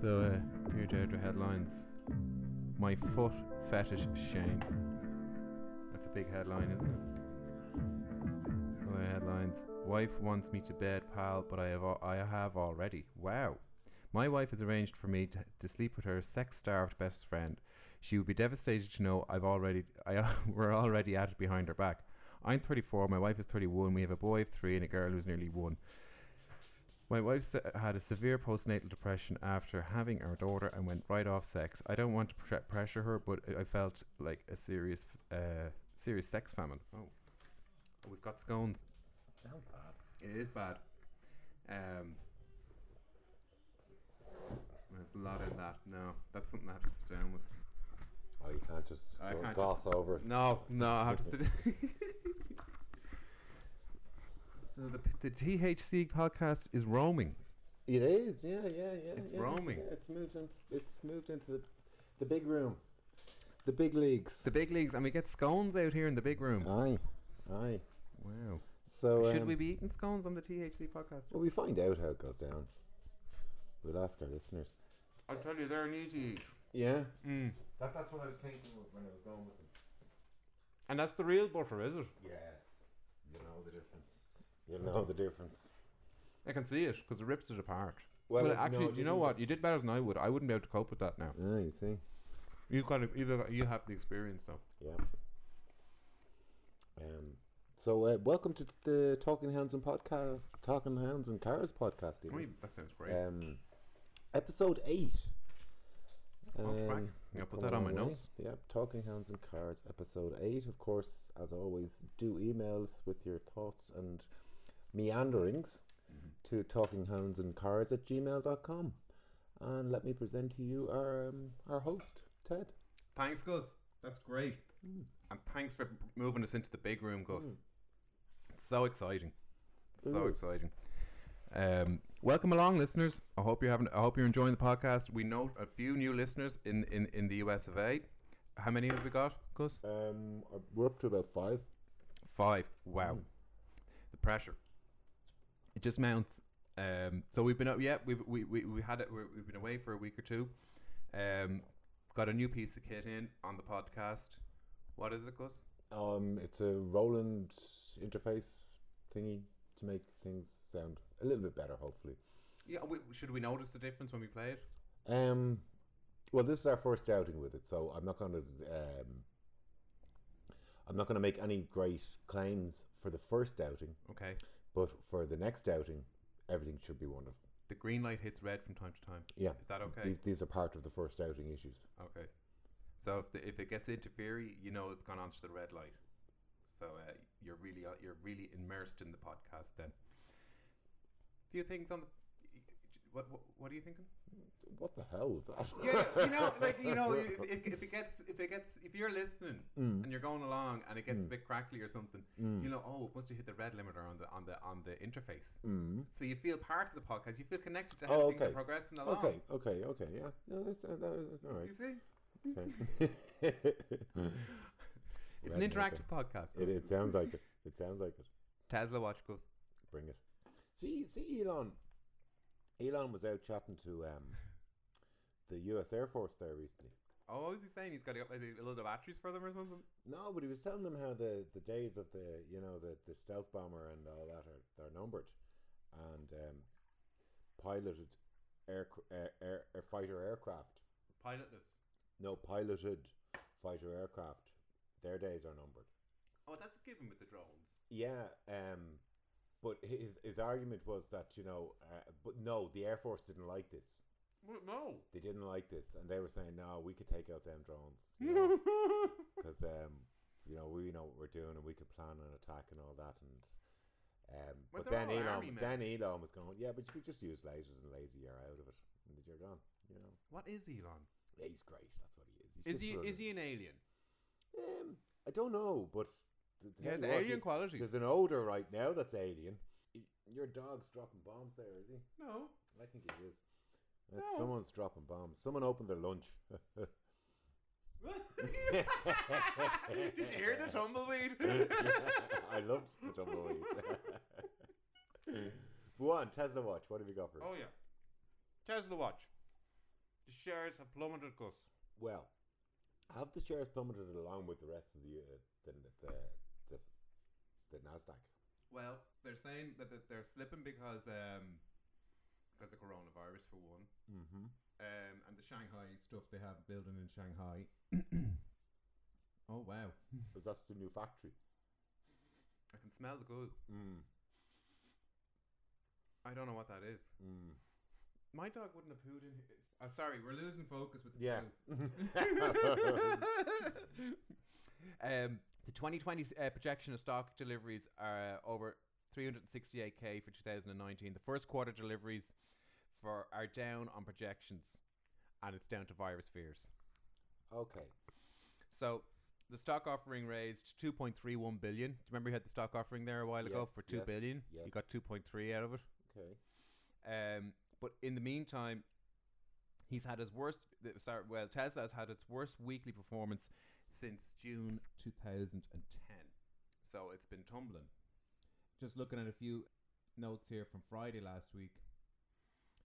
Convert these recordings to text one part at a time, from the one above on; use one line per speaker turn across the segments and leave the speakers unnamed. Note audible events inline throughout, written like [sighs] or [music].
So, uh, here to other headlines. My foot fetish shame. That's a big headline, isn't it? Other headlines. Wife wants me to bed, pal, but I have al- I have already. Wow. My wife has arranged for me to, to sleep with her sex-starved best friend. She would be devastated to know I've already [laughs] I we're already at it behind her back. I'm 34. My wife is 31. We have a boy of three and a girl who's nearly one. My wife se- had a severe postnatal depression after having our daughter and went right off sex. I don't want to pre- pressure her, but I I felt like a serious, f- uh, serious sex famine. Oh, Oh, we've got scones.
Sounds bad.
It is bad. Um, there's a lot in that. No, that's something I have to sit down with.
Oh, you can't just
I
go-
can't
gloss
just-
over it.
No, no, I have to sit. [laughs] so the, the THC podcast is roaming.
It is, yeah, yeah, yeah.
It's
yeah,
roaming.
yeah, it's moved into it's moved into the the big room, the big leagues.
The big leagues, and we get scones out here in the big room.
aye, aye.
Wow.
Uh, So
Should
um,
we be eating scones on the THC podcast?
Well, we find out how it goes down. We'll ask our listeners.
I'll tell you, they're an easy.
Yeah,
Mm.
that, that's what I was thinking of when I was going with them.
And that's the real butter, is it?
Yes, you know the difference. You know the difference.
I can see it because it rips it apart.
Well,
Well,
no,
actually,
it
do you know
didn't.
what? You did better than I would. I wouldn't be able to cope with that now.
Ah, you see.
You've got to, you've got, you have the experience though.
Yeah. Um. So, uh, welcome to the Talking Hounds and podcast, Talking Hounds and Cars podcast.
I
even.
mean, that sounds great.
Um, episode eight. Um,
Oh, crack. Yeah, I'll put that on my
come way.
notes.
Yep, Talking Hands and Cars, episode eight. Of course, as always, do emails with your thoughts and meanderings to talking hounds and cars at gmail.com. And let me present to you our um, our host, Ted.
thanks, Gus. That's great. And thanks for moving us into the big room, Gus. It's so exciting. So
Ooh.
exciting. Um, welcome along, listeners. I hope you're having. I hope you're enjoying the podcast. We know a few new listeners in in, in the US of A. How many have we got, Gus?
Um, we're up to about five.
Five. Wow. The pressure. It just mounts. Um, so we've been up. Yeah, we've we, we, we had it. we we've been away for a week or two. Um, got a new piece of kit in on the podcast. What is it, Gus?
Um, it's a Roland interface thingy to make things sound a little bit better, hopefully.
Yeah. We, should we notice the difference when we play it?
Um, well, this is our first outing with it, so I'm not going to. Um, I'm not going to make any great claims for the first outing,
Okay.
but for the next outing, everything should be wonderful.
The green light hits red from time to time.
Yeah.
Is that okay?
These, these are part of the first outing issues.
Okay. So if the, if it gets interfering, you know it's gone on to the red light. So uh, you're really you're really immersed in the podcast then. Few things on the. What, what, what are you thinking?
What the hell was that?
Yeah, you know, like you
[laughs]
know, if, if, if it gets if it gets if you're listening
Mm,
and you're going along and it
Hmm.
gets a bit crackly or something, you know, oh, it must have hit the red limiter on the on the on the interface. Mm. So you feel part of the podcast. You feel connected to how
Oh,
things are
okay.
progressing along.
Okay, okay, okay. Yeah, no, that's uh, that was all
You
right. [laughs]
see,
Okay.
it's
Red
an
lighter.
interactive podcast.
it, it sounds like it. It sounds like it.
Tesla Watch goes.
Bring it. See, see, Elon. Elon was out chatting to um, the U.S. Air Force there recently.
Oh, what was he saying? He's got a, is it a load of batteries for them or something?
No, but he was telling them how the, the days of the you know the, the stealth bomber and all that are they're numbered, and um, piloted air, air, air, air fighter aircraft.
Pilotless.
No, piloted fighter aircraft. Their days are numbered.
Oh, that's a given with the drones.
Yeah, um, but his his argument was that you know, uh, but no, the Air Force didn't like this.
Well, [laughs] no.
they didn't like this, and they were saying, "No, we could take out them drones
[laughs]
because um, you know we know what we're doing, and we could plan an attack and all that." And um,
But
but,
they're
then
all army
Elon,
men.
then Elon was going, "Yeah, but you could just use lasers and laser you out of it, and you're gone." You know,
What is Elon?
yeah, he's great. That's what he is. He's
Is
just
he
brilliant.
is he an alien?
Um, I don't know, but th-
He has
tell you what,
alien qualities.
There's an odor right now that's alien. Y- Your dog's dropping bombs there, is he?
[laughs] No.
I think he is. Uh,
No.
Someone's dropping bombs. Someone opened their [laughs] lunch.
Did you hear the [laughs] tumbleweed?
I loved the E. tumbleweed. [laughs] Oh. Go on, Tesla watch. What have you got for us?
yeah. Tesla Oh, Watch. The shares have plummeted, Gus.
Well, have the shares plummeted along with the rest of the uh, the, the the the Nasdaq?
Well, they're saying that, that they're slipping because um, because of coronavirus for one,
Mm-hmm.
um, and the Shanghai stuff they have building in Shanghai. [coughs] oh wow!
Because that's the new factory.
I can smell the good.
Mm.
I don't know what that is.
Mm.
My dog wouldn't have pooed in. here. Uh, sorry, we're losing focus with the
[laughs] Yeah.
poo. [laughs] um, the 2020 uh, projection of stock deliveries are over 368k for 2019. The first quarter deliveries for are down on projections, and it's down to virus fears.
okay.
So the stock offering raised 2.31 billion. Do you remember you had the stock offering there a while ago
Yes,
for two
yes,
billion?
yes.
You got 2.3 out of it.
Okay.
Um, but in the meantime, he's had his worst. th- Sorry, well, Tesla has had its worst weekly performance since June 2010. So it's been tumbling. Just looking at a few notes here from Friday last week.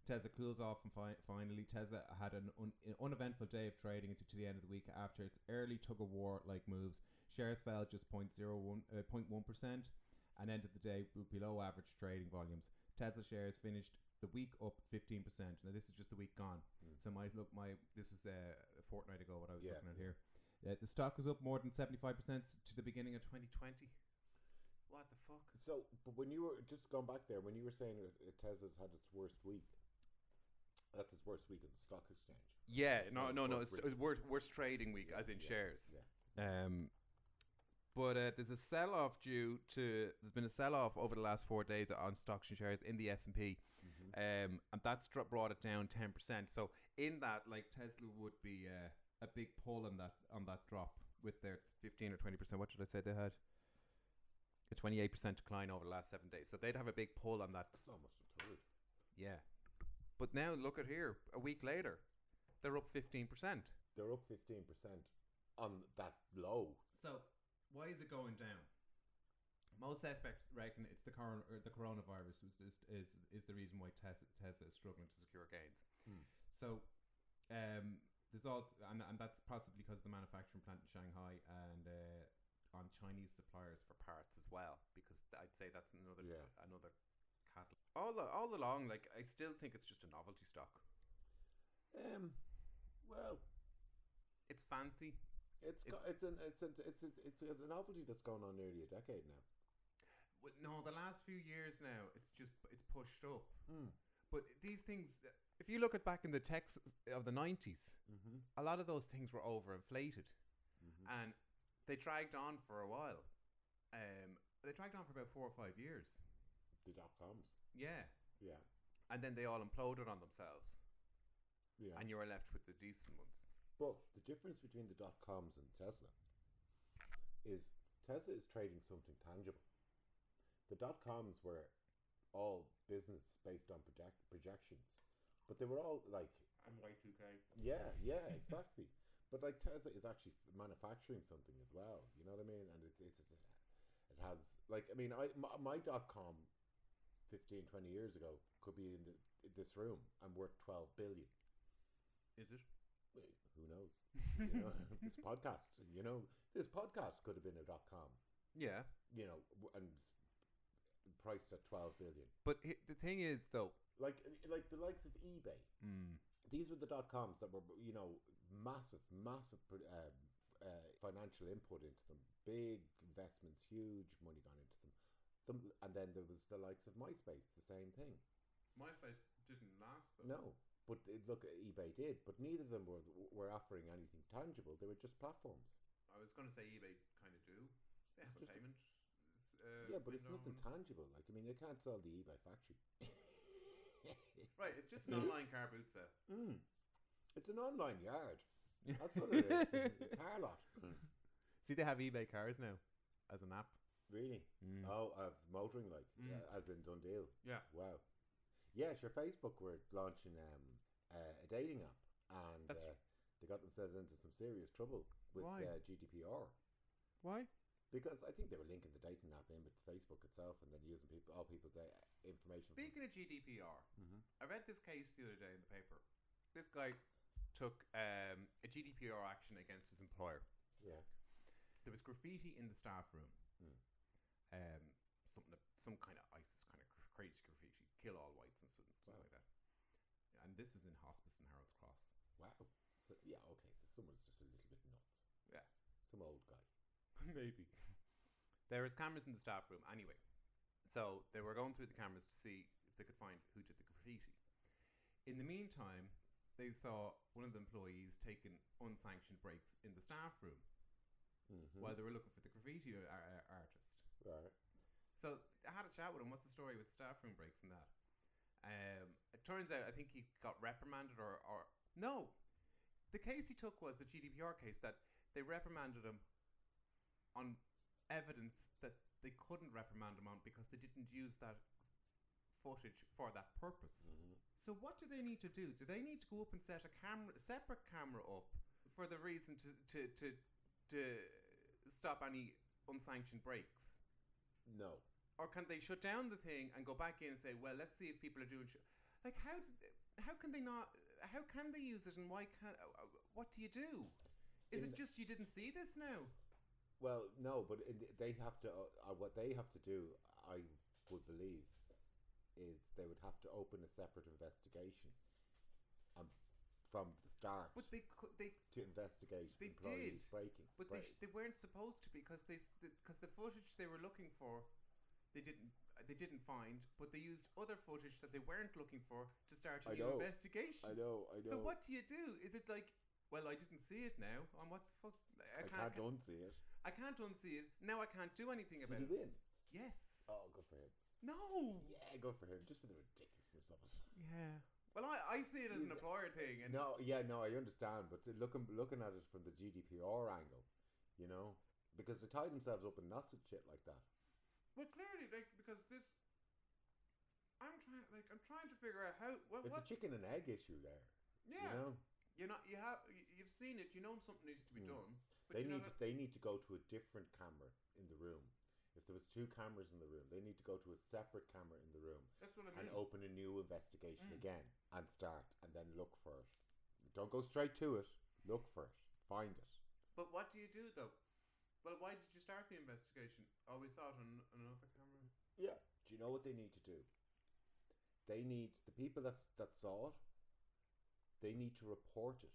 Tesla cools off, and fi- finally, Tesla had an, un- an uneventful day of trading into the end of the week after its early tug of war like moves. Shares fell just 0.01 uh, 0.1% and ended the day with below average trading volumes. Tesla shares finished the week up 15%. Now, this is just the week gone. So, my look, my this was uh, a fortnight ago what I was
Yeah.
looking at here. Uh, the stock was up more than 75% to the beginning of 2020. What the fuck?
So, but when you were just going back there, when you were saying it, it Tesla's had its worst week, that's its worst week at the stock exchange.
Yeah, no,
So
no, no.
worst
It's, it's worst, worst trading week, as in shares.
yeah.
Um, but uh, there's a sell-off due to. There's been a sell-off over the last four days on stocks and shares in the S and P, um, and that's dro- brought it down ten percent. So in that, like Tesla would be uh, a big pull on that on that drop with their fifteen or twenty percent. What did I say they had? A twenty-eight percent decline over the last seven days. So they'd have a big pull on that.
It's almost a third.
Yeah, but now look at here. A week later, they're up fifteen percent.
They're up fifteen percent on that low.
So, why is it going down? Most suspects reckon it's the coron- or the coronavirus is, is, is, is the reason why Tesla, Tesla is struggling to secure gains. So, um, there's also and, and that's possibly because of the manufacturing plant in Shanghai and uh, on Chinese suppliers for parts as well. Because th- I'd say that's another
Yeah.
another catalyst. All a- all along, like I still think it's just a novelty stock.
Um, well,
It's fancy.
it's
It's-
go- it's an it's an, it's a, it's a novelty that's gone on nearly a decade now.
Well, no, the last few years now, it's just it's pushed up.
Mm.
But these things, if you look at back in the texts of the 90s,
Mm-hmm.
a lot of those things were overinflated and they dragged on for a while. Um, they dragged on for about four or five years.
The dot coms.
Yeah.
Yeah.
And then they all imploded on themselves
Yeah.
and you were left with the decent ones.
But the difference between the dot coms and Tesla is Tesla is trading something tangible. The dot coms were all business based on project projections, but they were all like,
I'm Y2K.
yeah, yeah, exactly. but like Tesla is actually f- manufacturing something as well. You know what I mean? And it's it's, it's it has like I mean I my, my dot com 15 20 years ago could be in, the, in this room and worth 12 billion
Is it?
Wait, who knows? You know, this podcast, you know, this podcast could have been a dot com,
Yeah.
you know, w- and s- priced at twelve billion.
But hi the thing is, though, hmm.
Like, like the likes of eBay. These were the dot coms that were, you know, massive, massive pr- uh, uh, financial input into them, big investments, huge money gone into them. them. And then there was the likes of MySpace, the same thing.
MySpace didn't last,
No, but it, look, eBay did, but neither of them were were offering anything tangible. They were just platforms.
I was going to say eBay kind of do. They have
a Just-
payment.
uh,
yeah, but it's nothing tangible. Like, I mean, they can't sell the eBay
[laughs]
factory.
Right, it's just an
Mm-hmm.
online car boot sale.
Mm. It's an online yard. That's what it is. It's a car lot.
[laughs]
Hmm.
See, they have eBay cars now as an app.
Really? Oh, uh, motoring like, uh, as in Dundee.
Hmm. Yeah.
Wow. Yeah, sure. Facebook were launching um, uh, a dating app, and
That's-
uh, they got themselves into some serious trouble with
Why?
uh, GDPR.
Why?
Because I think they were linking the dating app in with Facebook itself, and then using people, all people's uh, information. from- Mm-hmm.
Speaking of GDPR, I read this case the other day in the paper. This guy
took um, a GDPR action against his employer.
Yeah.
There was graffiti in the staff room.
Mm.
Um, something, some kind of ISIS kind of cr- crazy graffiti, kill all whites and something, something like that. And this was in hospice in Harold's Cross.
Wow. So, yeah. Okay. So someone's just a little bit nuts.
Yeah.
Some old guy.
[laughs] Maybe. There was cameras in the staff room anyway. So they were going through the cameras to see if they could find who did the graffiti. In the meantime, they saw one of the employees taking unsanctioned breaks in the staff room
Mm-hmm.
while they were looking for the graffiti ar- ar- artist.
Right.
So I had a chat with him. What's the story with staff room breaks and that? Um, it turns out I think he got reprimanded or, or no. The case he took was the GDPR case that they reprimanded him on evidence that they couldn't reprimand him on because they didn't use that footage for that
Mm.
purpose. So what do they need to do? Do they need to go up and set a camera, a separate camera up for the reason to to to, to stop any unsanctioned breaks?
No.
or can they shut down the thing and go back in and say, well, let's see if people are doing sh-. like how do they, how can they not how can they use it and why can't uh, uh, what do you do? Is
In
it
the-
just you didn't see this now?
Well, no, but in the- they have to. Uh, uh, what they have to do, I would believe, is they would have to open a separate investigation, um, from the start
But they could they
to investigate
they
employees
did,
breaking.
but they,
break.
sh- they weren't supposed to because they because the footage they were looking for they didn't they didn't find but they used other footage that they weren't looking for to start
I
a new
know.
investigation.
I know. I know.
So what do you do? Is it like well I didn't see it now and what the fuck
I can't unsee it.
I can't unsee it. Now I can't do anything about
Did he
it.
win?
Yes.
Oh, good for him.
no.
Yeah, good for him. Just for the ridiculousness of it.
Yeah. Well, I, I see it as an employer thing, and
No, yeah, no, I understand, but the- looking looking at it from the GDPR angle, you know, because they tie themselves up in knots and shit like that.
well, clearly, like because this, I'm trying, like I'm trying to figure out how. Well,
It's
what?
a chicken and egg issue there.
yeah.
You know,
You're not. You have. you- You've seen it. You know something needs to be done.
Hmm.
But
they
you know
need
that-
they need to go to a different camera in the room. If there was two cameras in the room, they need to go to a separate camera in the room
that's what I mean. Mm.
and open a new investigation again and start and then look for it. Don't go straight to it. Look for it. Find it.
But what do you do though? Well, why did you start the investigation? Oh, we saw it on another camera.
Yeah. Do you know what they need to do? They need the people that that saw it. They need to report it,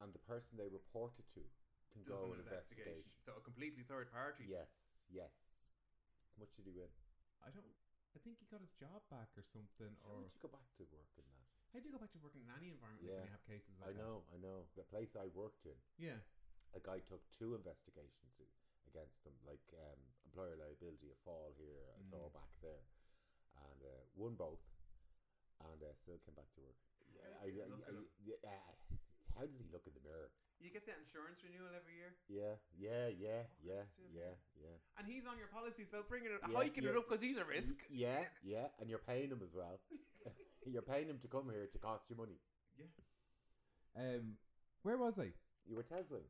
and the person they report it to can
Does
go and
an investigation.
investigate.
So a completely third party.
Yes, yes. How much did he win?
I don't. I think he got his job back or something,
How much you go back to work in that?
How do you go back to working in any environment
Yeah.
when you have cases like
I
that?
know, I know. The place I worked in,
Yeah.
a guy took two investigations a- against them, like um, employer liability, a fall here,
Mm.
a saw back there, and uh, won both, and uh, still came back to work. Yeah,
How
I,
does he
I-
look at
I-
him?
yeah, uh, how does he look in the mirror?
You get that insurance renewal every year,
Yeah, yeah, yeah,
Fucker's
yeah,
still
yeah,
here.
yeah.
and he's on your policy, so bringing it,
Yeah,
hiking it
yeah.
up because he's a risk.
Yeah, yeah, and you're paying him as well. [laughs] you're paying him to come here to cost you money.
Yeah. Um, where was I?
You were Tesla.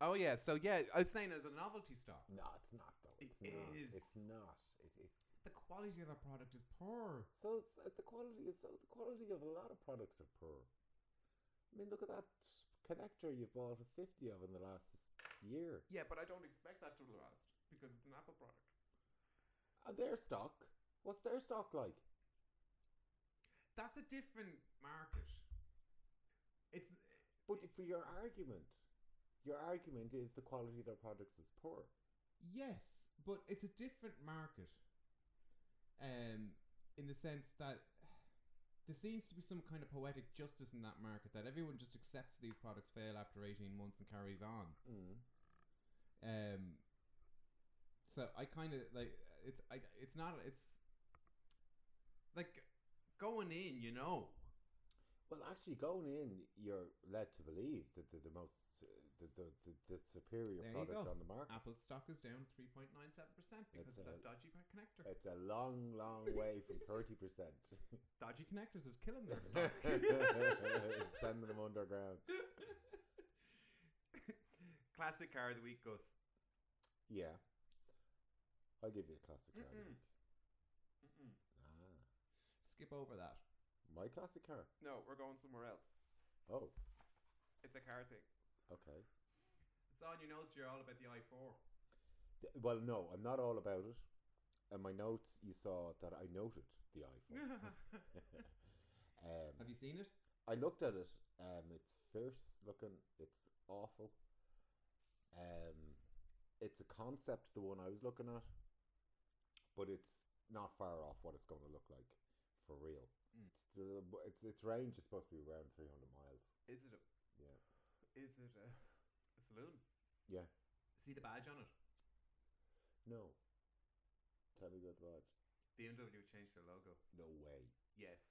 Oh yeah, so yeah, I was saying [laughs] as a novelty stock,
No, it's not though.
It
It's not.
is.
It's not. It, it,
the quality of that product is poor.
so it's, uh, the quality is so the quality of a lot of products are poor. I mean, look at that connector you bought fifty of in the last year,
Yeah, but I don't expect that to last because it's an Apple product.
and their stock. What's their stock like?
That's a different market. It's
But for your argument, your argument is the quality of their products is poor.
yes, but it's a different market. Um, in the sense that there seems to be some kind of poetic justice in that market that everyone just accepts these products fail after 18 months and carries on.
Mm.
Um, so I kind of like it's I it's not it's like going in, you know.
Well, actually, going in, you're led to believe that the, the most uh, the, the, the, the superior
There you
product
go.
on the market.
Apple stock is down three point nine seven percent because
It's
of
a-
that dodgy pa- connector.
It's a long,
[laughs]
long way from thirty percent.
dodgy connectors is killing their stock.
[laughs] Send them underground.
Classic car of the week, Gus.
Yeah, I'll give you a classic car. I
Mm-mm.
think.
Mm-mm.
Ah,
Skip over that.
my classic car.
No, we're going somewhere else.
Oh,
It's a car thing.
Okay.
It's on your notes. You're all about the i4.
Th- Well, no, I'm not all about it. In my notes, you saw that I noted the
[laughs]
iPhone. [laughs] um,
Have you seen it?
I looked at it. Um, it's fierce looking. It's awful. Um, it's a concept, the one I was looking at, but it's not far off what it's going to look like for real.
Mm.
It's, the, but it's its range is supposed to be around three hundred miles.
[laughs] is it a
Yeah,
is it a, a saloon?
yeah.
See the badge on it.
No. Tell me about that.
BMW changed their logo.
No way.
Yes.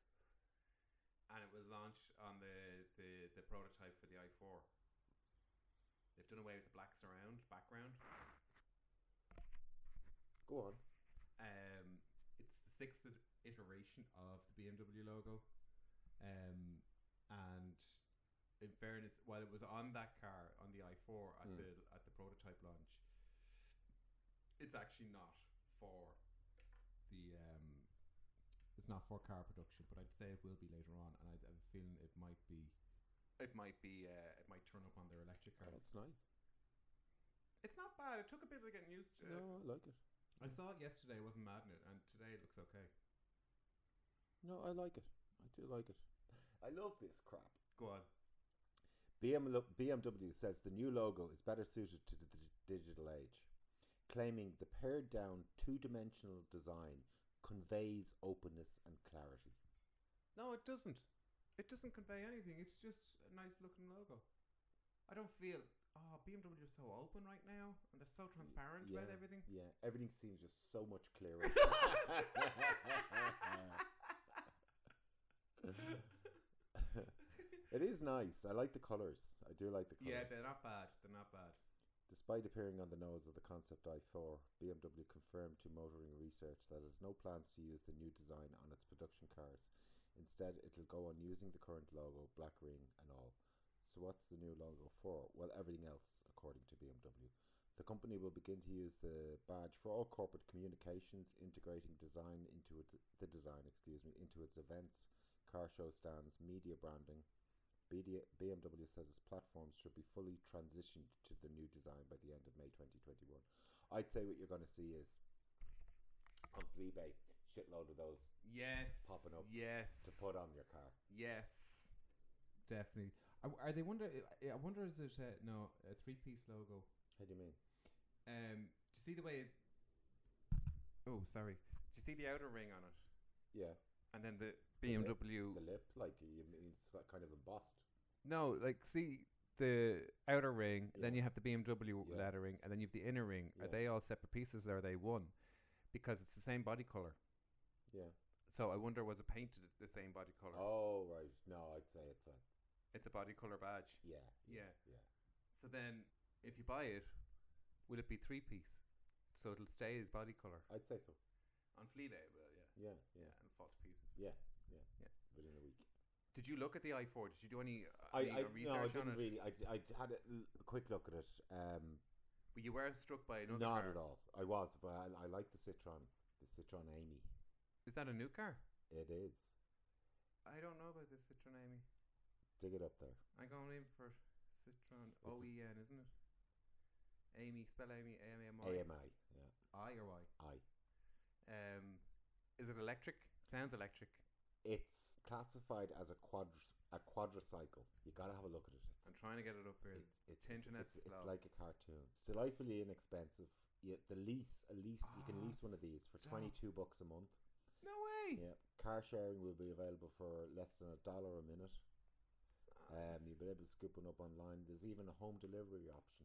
And it was launched on the, the, the prototype for the i4. They've done away with the black surround background.
Go on.
Um, it's the sixth i- iteration of the BMW logo. Um, and in fairness, while it was on that car on the i4 at
Mm.
the at the prototype launch, it's actually not for the um, it's not for car production, but I'd say it will be later on, and I have a feeling it might be. It might be. Uh, it might turn up on their electric cars.
That's nice.
It's not bad. It took a bit of getting used to.
No, I like it.
I saw it yesterday. wasn't mad in it, and today it looks okay.
No, I like it. I do like it. [laughs] I love this crap.
Go on.
BMW BMW says the new logo is better suited to the dig- digital age, claiming the pared down two dimensional design conveys openness and clarity.
No, it doesn't.
It doesn't convey anything. It's just a nice looking logo. I don't feel. Oh, BMW is so open right now, and they're so transparent
[laughs]
about everything.
Yeah, everything seems just so much
[laughs]
clearer. [laughs] it is nice. I like the colors. I do like the colors.
[laughs] Yeah, they're not bad. They're not bad.
Despite appearing on the nose of the Concept i4, BMW confirmed to Motoring Research that it has no plans to use the new design on its production cars. Instead, it'll go on using the current logo, black ring, and all. So, what's the new logo for? Well, everything else, according to BMW. The company will begin to use the badge for all corporate communications, integrating design into its, the design, excuse me, into its events, car show stands, media branding, BD BMW says its platforms should be fully transitioned to the new design by the end of May 2021. I'd say what you're going to see is on eBay, shitload of those
Yes.
Popping up
Yes.
to put on your car.
Yes.
Definitely. Are, are they wonder?
uh,
I I wonder is it uh, no a three piece logo?
How do you mean?
Um. Do you see the way? It, oh, sorry. Do you see the outer ring on it,
Yeah,
and then the
lip-
BMW?
the lip, like you mean it's like kind of embossed.
No, like see the outer ring, then you
Yeah.
have the BMW
Yeah.
ladder ring, and then you have the inner ring.
Yeah.
Are they all separate pieces or are they one? Because it's the same body color.
Yeah.
So I wonder was it painted the same body color?
Oh right, no, I'd say it's a
It's a body color badge.
yeah,
Yeah.
yeah.
So then,
If you buy it, will it be three piece? So it'll stay as body color.
I'd say so.
on Flea Day, well, yeah,
Yeah, yeah,
yeah, and fall to pieces.
yeah, yeah.
Yeah.
Within a week.
Did you look at the i4? Did you do any, uh,
I,
any
I, no, I
uh, research on
didn't
it?
really. I, I had a, l- a quick look at it. Um,
But you were struck by another
Not
car.
at all. I was, but I, I like the Citron, the Citron Amy.
Is that a new car?
It is.
I don't know about this Citroen Amy.
Dig it up there.
I'm going in for Citroen
a-
O E N, isn't it? Amy, spell Amy A M A M I.
AMI. Yeah.
I or Y.
I.
Um, is it electric? Sounds electric.
It's classified as a quadr a quadricycle. You gotta have a look at it. It's,
I'm trying to get it up here.
it's,
It's,
it's,
internet's
it's,
slow.
it's like a cartoon. It's delightfully inexpensive. You, the lease, a lease, you can lease
Ah,
one of these for twenty two bucks a month.
no way.
Yeah, car sharing will be available for less than a dollar a minute. Um, you'll be able to scoop one up online. There's even a home delivery option.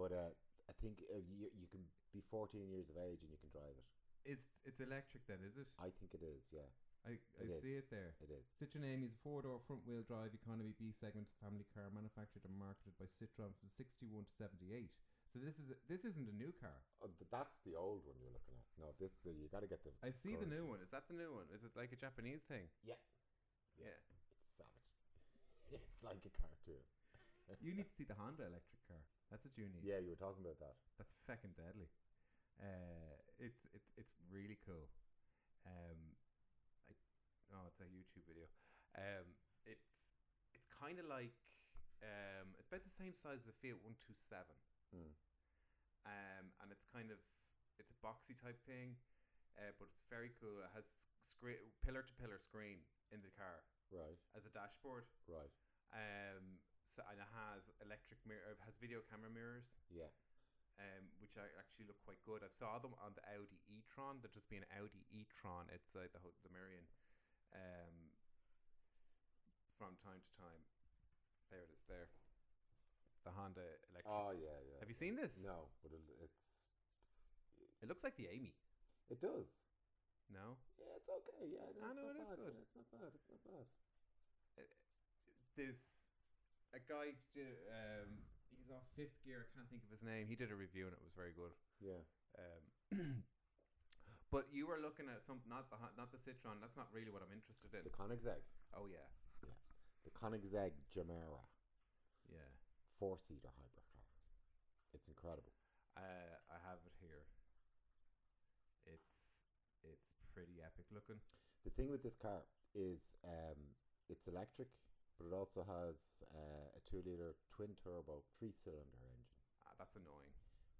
But uh, I think uh, you, you can be 14 years of age and you can drive it.
It's it's electric then, is it?
I think it is, yeah,
I, I
It is.
see it there.
it is.
Citroen Amy is a four-door front-wheel drive economy B segment family car manufactured and marketed by Citroen from 61 to 78. So this is this isn't a new car.
Oh, th- that's the old one you're looking at. No, this the, you got to get the.
I see
The
the
new one. Is that the new one? Is it like a Japanese thing?
Yeah,
Yeah.
it's [laughs] savage. [laughs] It's like a cartoon.
You need to see the Honda electric car. That's what you need.
Yeah, you were talking about that.
That's feckin' deadly. Uh, it's it's it's really cool.
Um, I, oh, it's a YouTube video. Um, it's it's kind of like um, it's about the same size as a Fiat One Two Seven.
Mm.
Um, and it's kind of it's a boxy type thing, uh, but it's very cool. It has scre- pillar to pillar screen in the car
Right,
as a dashboard.
right.
Um, so and it has electric mirror, it has video camera mirrors.
Yeah.
um, which I actually look quite good. I saw them on the Audi e-tron. They're just being Audi E, e-tron outside the ho- the Marion, um, from time to time. There it is. There, the Honda electric.
Oh yeah, yeah.
Have you seen this?
No, but it, it's
It looks like the Amy.
it does.
No,
Yeah, it's okay. Yeah, no,
I
it's
know,
not
it is
bad.
good.
yeah, It's not bad. It's not bad.
there's a guy. Did, um, he's off fifth gear. I can't think of his name. He did a review and it was very good.
Yeah.
Um, [clears throat] but you were looking at some not the Hon- not the Citroen. That's not really what I'm interested in.
The Koenigsegg,
Oh yeah,
the Koenigsegg Gemera,
yeah.
four-seater hypercar. It's incredible.
Uh, I have it here. It's it's pretty epic looking.
The thing with this car is um, it's electric, but it also has uh, a two-liter twin-turbo three-cylinder engine.
Ah, that's annoying.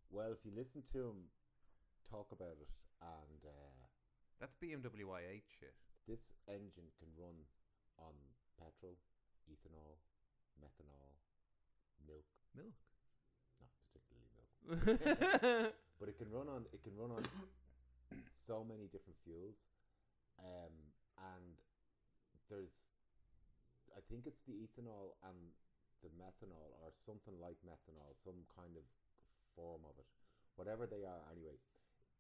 Well, if you listen to him talk about it, and uh,
That's BMW i8 shit.
this engine can run on petrol, ethanol, methanol, milk,
Milk.
not particularly milk,
yeah.
but it can run on it can run on [coughs] so many different fuels, um, and there's, I think it's the ethanol and the methanol or something like methanol, some kind of form of it, whatever they are. Anyway,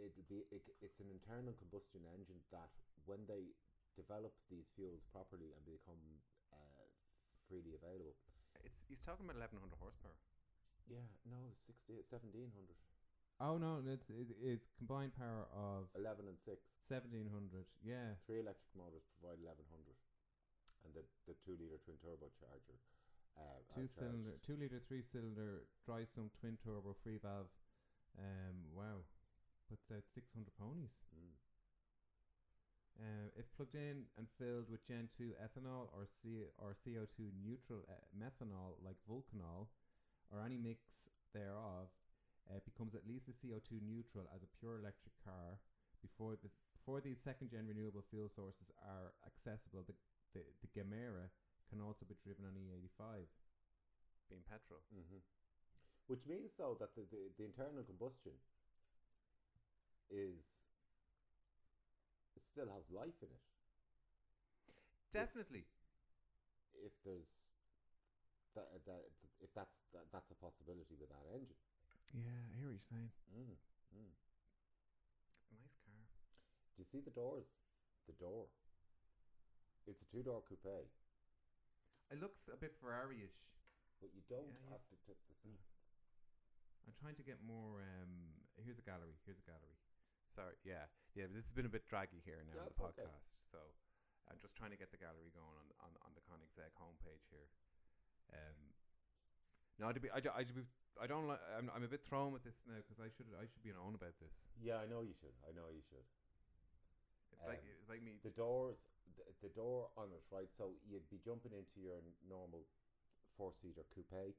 it'll be it, it's an internal combustion engine that when they develop these fuels properly and become uh, freely available.
It's he's talking about eleven hundred horsepower.
Yeah, no, 60, 1700,
Oh no, it's it, it's combined power of
11 and 6.
seventeen hundred. Yeah.
Three electric motors provide 1100, and the, the two liter twin turbocharger. Uh, are
two
charged-
cylinder, two liter, three cylinder, dry sump twin turbo, free valve. Um, wow, puts out six hundred ponies.
Mm.
Uh, if plugged in and filled with Gen two ethanol or C or CO two neutral uh, methanol like vulcanol, or any mix thereof, uh, it becomes at least a CO two neutral as a pure electric car. Before the before these second gen renewable fuel sources are accessible, the the, the Gamera can also be driven on E E85.
Being petrol.
hmm Which means, though, that the, the, the internal combustion is it still has life in it.
Definitely.
If there's that, that if that's that, that's a possibility with that engine.
Yeah, I hear what you're saying.
Mm. Mm.
It's a nice car.
Do you see the doors? The door. It's a two door coupe,
It looks a bit Ferrari-ish.
but you don't
Yeah,
have
yes.
to tip the seats.
I'm trying to get more. Um, here's a gallery. Here's a gallery. Sorry. Yeah, yeah. But this has been a bit draggy here now on
That's
the
okay.
podcast. So I'm just trying to get the gallery going on on, on the Koenigsegg homepage here. Um, no, to be, I, do- I, do be, I don't like. I'm, I'm a bit thrown with this now because I should I should be on about this.
Yeah, I know you should. I know you should.
It's like
Um,
it's like me.
The doors, the, the door on it, right? So you'd be jumping into your n- normal four seater coupe.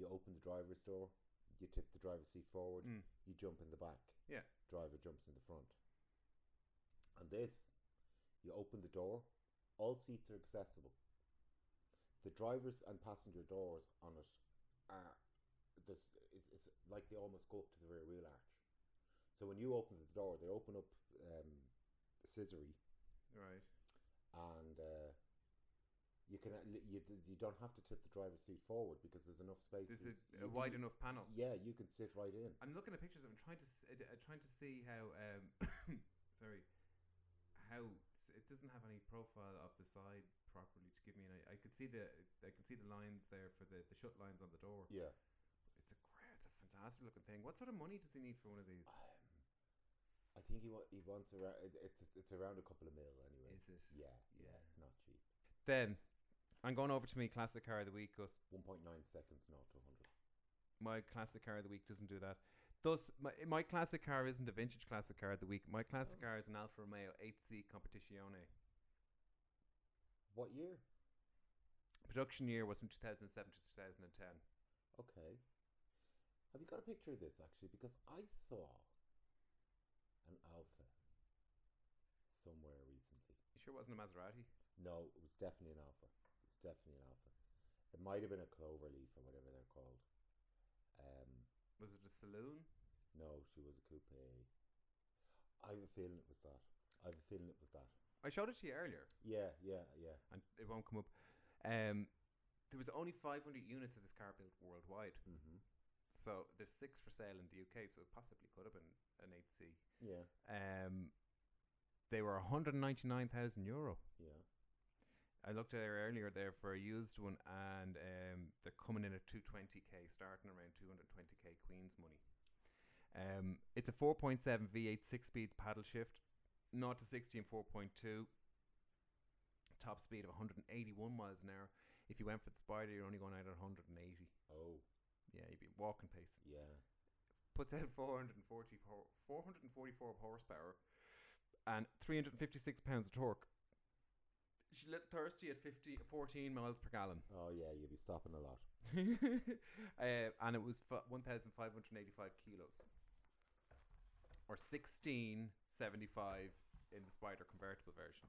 You open the driver's door. You tip the driver's seat forward.
Mm.
You jump in the back.
Yeah.
Driver jumps in the front. And this, you open the door. All seats are accessible. The driver's and passenger doors on it are this. It's, it's like they almost go up to the rear wheel arch. So when you open the door, they open up um, scissory
Right.
and uh, you can a- you you don't have to tip the driver's seat forward because there's enough space.
This
you-
is
you
a wide
can-
enough panel.
Yeah, you can sit right in.
I'm looking at pictures. I'm trying to s- uh, uh, trying to see how um, [coughs] sorry how s- it doesn't have any profile of the side properly to give me an. i- I could see the I can see the lines there for the the shut lines on the door.
Yeah,
It's a gra- it's a fantastic looking thing. What sort of money does he need for one of these?
Um, I think he wa- he wants around. it- It's it's around a couple of mil anyway.
Is it?
yeah, yeah,
yeah.
it's not cheap.
Then I'm going over to my classic car of the week. Gus.
One point nine seconds, not to hundred.
My classic car of the week doesn't do that. Thus, my, my classic car isn't a vintage classic car of the week. My classic car is an Alfa Romeo 8C Competizione.
What year?
Production year was from 2007 to 2010.
Okay. Have you got a picture of this actually? Because I saw an alpha somewhere recently.
You sure wasn't a Maserati?
No, it was definitely an alpha. It's definitely an alpha. It might have been a clover leaf or whatever they're called. Um,
Was it a saloon?
no, she was a coupe. I have a feeling it was that. I have a feeling it was that.
I showed it to you earlier,
Yeah, yeah, yeah.
and it won't come up. Um, there was only 500 units of this car built worldwide,
Mm-hmm.
so there's six for sale in the UK, so it possibly could have been an 8C.
Yeah,
Um, they were 199,000 euro.
yeah.
I looked at it earlier there for a used one, and um, they're coming in at 220k, starting around 220k Queen's money. Um, it's a 4.7 V8 six speed paddle shift, 0 to 60 in 4.2, top speed of 181 miles an hour. If you went for the Spider, you're only going out at 180.
Oh,
Yeah, you'd be walking pace.
yeah.
Puts out 444, 444 horsepower and 356 pounds of torque. She's a little thirsty at 50, 14 miles per gallon.
Oh, yeah. You'd be stopping a lot.
[laughs] uh, and it was f- 1,585 kilos, or 1,675 in the Spider convertible version.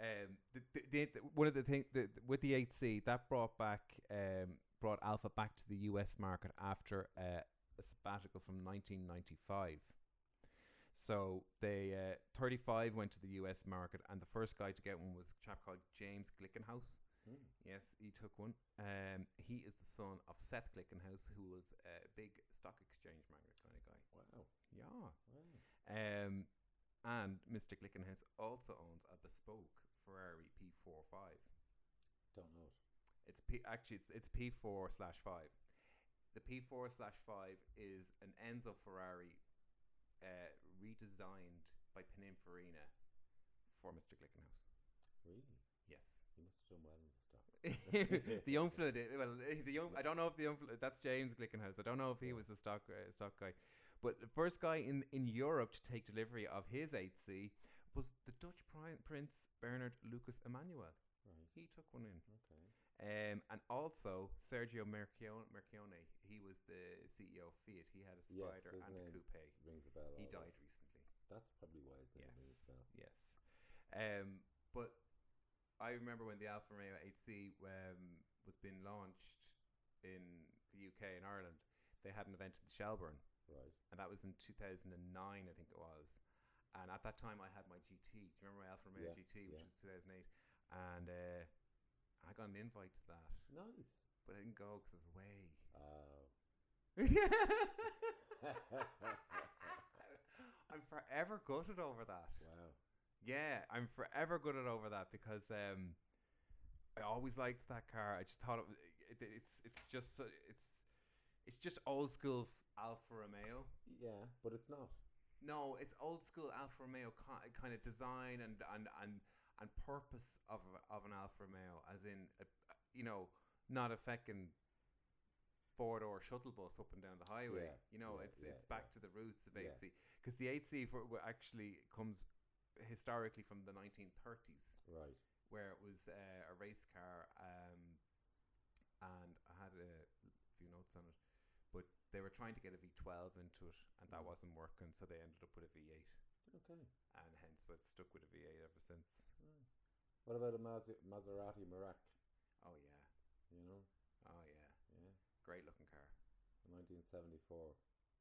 Um, the, the, the, the- one of the things with the 8C that brought back um, brought Alpha back to the US market after uh, a sabbatical from 1995. So they uh, 35 went to the US market, and the first guy to get one was a chap called James Glickenhaus.
Mm.
Yes, he took one. Um, he is the son of Seth Glickenhaus, who was a big stock exchange magnate kind of guy.
Wow.
Yeah.
Wow.
Um, and Mr. Glickenhaus also owns a bespoke Ferrari P45.
Don't know it.
It's P actually it's it's P4 slash five. The P4 slash five is an Enzo Ferrari uh, redesigned by Pininfarina for Mr. Glickenhaus.
Really?
Yes.
You must have done well in the stock.
[laughs] the Umfla did well. [laughs] eh, The um, I don't know if the Umfla, that's James Glickenhaus. I don't know if he was a stock uh, stock guy, but the first guy in in Europe to take delivery of his 8C was the Dutch pri- Prince Bernard Lucas Emmanuel.
Right.
He took one in,
Okay.
um, and also Sergio Mercione. Mercione he was the CEO of Fiat. He had a
Yes,
Spider
his
and a
name
coupe.
Rings a bell.
He
all right.
died recently.
That's probably why his name rings a
Yes.
bell.
Yes. Um, but I remember when the Alfa Romeo 8C um, was being launched in the UK and Ireland, they had an event in Shelburne,
Right.
and that was in 2009, I think it was. And at that time, I had my GT. Do you remember my Alfa Romeo
Yeah,
GT, which
yeah.
was 2008? And uh, I got an invite to that,
Nice. [laughs]
but I didn't go because I was away.
Oh. [laughs]
I'm forever gutted over that.
wow.
Yeah, I'm forever gutted over that because um, I always liked that car. I just thought it, wa- it, it it's it's just so, it's it's just old school f- Alfa Romeo.
Yeah, but it's not.
No, it's old school Alfa Romeo ki- kind of design and and and and purpose of a- of an Alfa Romeo, as in a, you know, not a feckin' four door shuttle bus up and down the highway.
Yeah,
you know,
yeah,
it's
yeah,
it's back
yeah.
to the roots of
Yeah.
eight C because the eight C actually comes historically from the 1930s
Right.
where it was uh, a race car, um, and I had a few notes on it, but they were trying to get a V12 into it, and that
Mhm.
wasn't working, so they ended up with a V8,
Okay.
and hence we're stuck with a V8 ever since.
Right. What about a Maser- Maserati Merak?
Oh yeah,
You know?
oh yeah,
Yeah.
great looking car.
1974.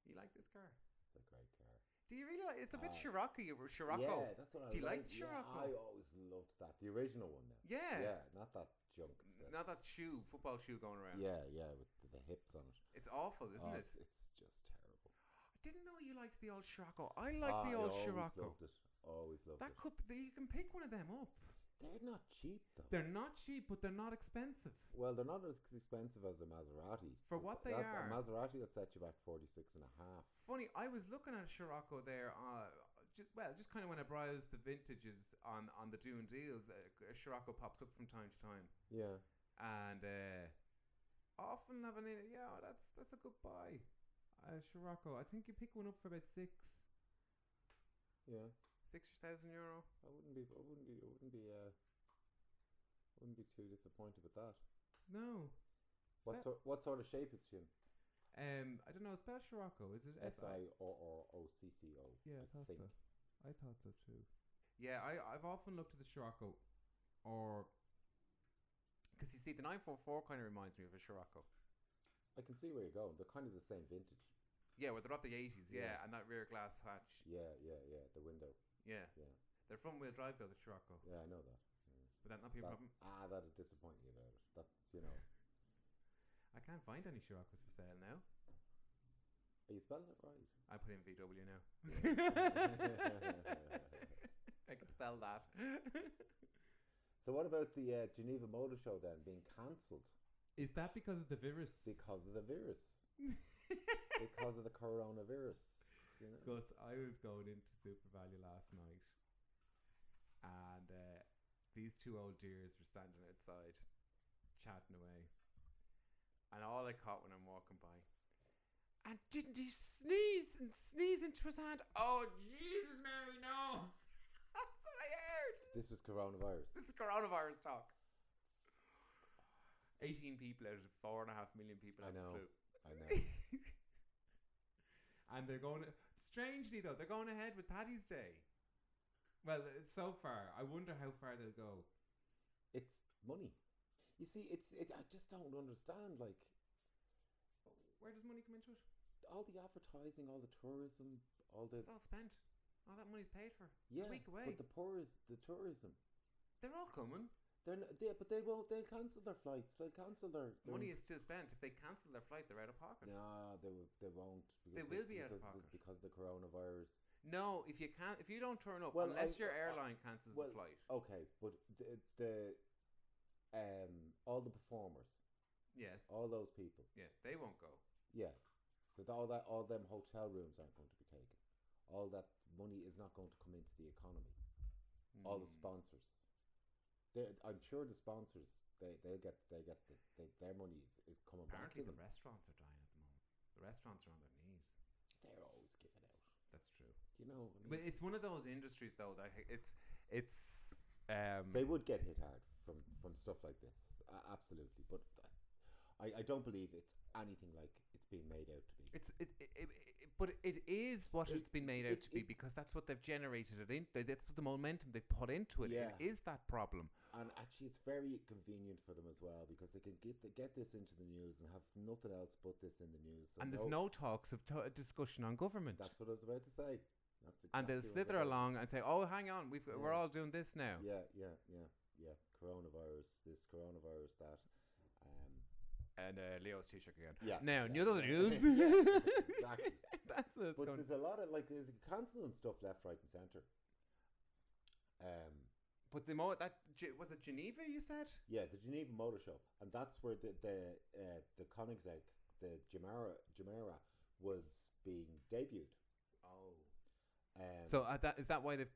You like this car?
It's a great car.
Do you really like? It's a bit
Uh,
Scirocco,
Yeah,
or Scirocco.
that's what I
Do you
loved.
like
Yeah,
Scirocco?
I always loved that. The original one now.
Yeah.
Yeah, not that junk.
N- Not that shoe, football shoe going around.
Yeah, yeah, with the, the hips on it.
It's awful, isn't
Oh,
it?
It's, it's just terrible.
I didn't know you liked the old Scirocco. I like
Ah,
the old
I always
Scirocco.
Loved it. Always loved
That
it.
could be- you can pick one of them up.
They're not cheap though.
They're not cheap, but they're not expensive.
well, they're not as expensive as a Maserati.
For
But
what they
that,
are.
A Maserati will set you back 46 and a half.
Funny, I was looking at a Scirocco there. Uh, ju- well, just kind of when I browse the vintages on on the Dune deals, uh, a Scirocco pops up from time to time,
Yeah.
and uh, often have an in- yeah, that's that's a good buy. A Uh, Scirocco, I think you pick one up for about six
Yeah.
six thousand euro.
I wouldn't be I wouldn't be I wouldn't be uh Wouldn't be too disappointed with that.
No.
What
Spe-
sort what sort of shape is she in?
um, I don't know. Spell Scirocco. Is it
S
S I?
I O O O C C O.
Yeah, I thought
think.
so. I thought so too. Yeah, I, I've often looked at the Scirocco, or because you see, the nine four four kind of reminds me of a Scirocco.
I can see where you're going. They're kind of the same vintage.
Yeah, well, they're not the eighties. Yeah,
Yeah.
and that rear glass hatch.
Yeah, yeah, yeah. The window.
Yeah,
Yeah.
They're front wheel drive though, the Scirocco.
Yeah, I know that.
Would that not be a
that
problem?
ah, that'd disappoint you about it. That's you know.
I can't find any Scirocco's for sale now.
Are you spelling it right?
I put in VW now. [laughs] I can spell that.
[laughs] So what about the uh, Geneva Motor Show then being cancelled
Is that because of the virus?
because of the
[laughs]
virus? because of the coronavirus. You know?
Because I was going into Super Value last night,
[laughs]
[laughs] and uh, these two old dears were standing outside, chatting away, and all I caught when I'm walking by, and didn't he sneeze and sneeze into his hand? Oh Jesus, Mary, no! [laughs] That's what I heard.
This was coronavirus.
This is coronavirus talk. 18 people out of four and a half million people
I
have
know.
the flu.
I know.
[laughs] and they're going. Strangely though, they're going ahead with Paddy's Day. Well, it's so far. I wonder how far they'll go.
It's money. You see, it's it. I just don't understand. Like
Where does money come into it?
all the advertising, all the tourism, all the
It's all spent. All that money's paid for. It's
yeah.
a week away.
But the poor is the tourism.
they're all coming.
They're n- they, but they won't. They'll cancel their flights. They'll cancel their, their
Money is still spent. If they cancel their flight, they're out of pocket.
No, they will, they won't.
They
because
will be out of
because
pocket.
The, because the coronavirus.
No, if you can't, if you don't turn up,
Well,
unless
I-
your
I-
airline cancels
well, uh,
the flight.
Okay, but the, the um all the performers,
Yes.
all those people,
Yeah, they won't go.
yeah. So th all that all them hotel rooms aren't going to be taken. All that money is not going to come into the economy. All the
Mm.
sponsors. They, I'm sure the sponsors they they get they get the, they, their money is, is coming back
Apparently,
to
the
them.
restaurants are dying at the moment. The restaurants are on their knees.
They're always giving out.
That's true.
You know, I
But
mean,
it's one of those industries, though. That h- it's it's um,
they would get hit hard from from stuff like this. Uh, absolutely, but I I don't believe it's anything like it's being made out to be.
it's it, it, it, it- but it is what
It-
it, has been made out
it-
to be
it-
because that's what they've generated it in. th- That's the momentum they've put into it.
Yeah.
It is that problem.
And actually, it's very convenient for them as well because they can get the, get this into the news and have nothing else but this in the news. So
and there's no talks of t- discussion on government.
That's what I was about to say. That's exactly
and they'll
what I
slither
was-
along and say, "Oh, hang on, we've, we're
Yeah.
all doing this now."
Yeah, yeah, yeah, yeah. Coronavirus, this coronavirus, that. Um,
And uh, Leo's T-shirt again. [laughs]
yeah.
Now,
yeah,
in the other
[laughs] yeah.
news,
Yeah,
[laughs]
exactly.
that's what's
But
going.
there's a lot of like there's cancelling stuff left, right, and centre. Um,
But the moment that Ge- was it Geneva, you said.
yeah, the Geneva Motor Show, and that's where the the uh, the Koenigsegg, the Gemara Gemara was being debuted.
Oh.
Um,
So uh, that is that why they've,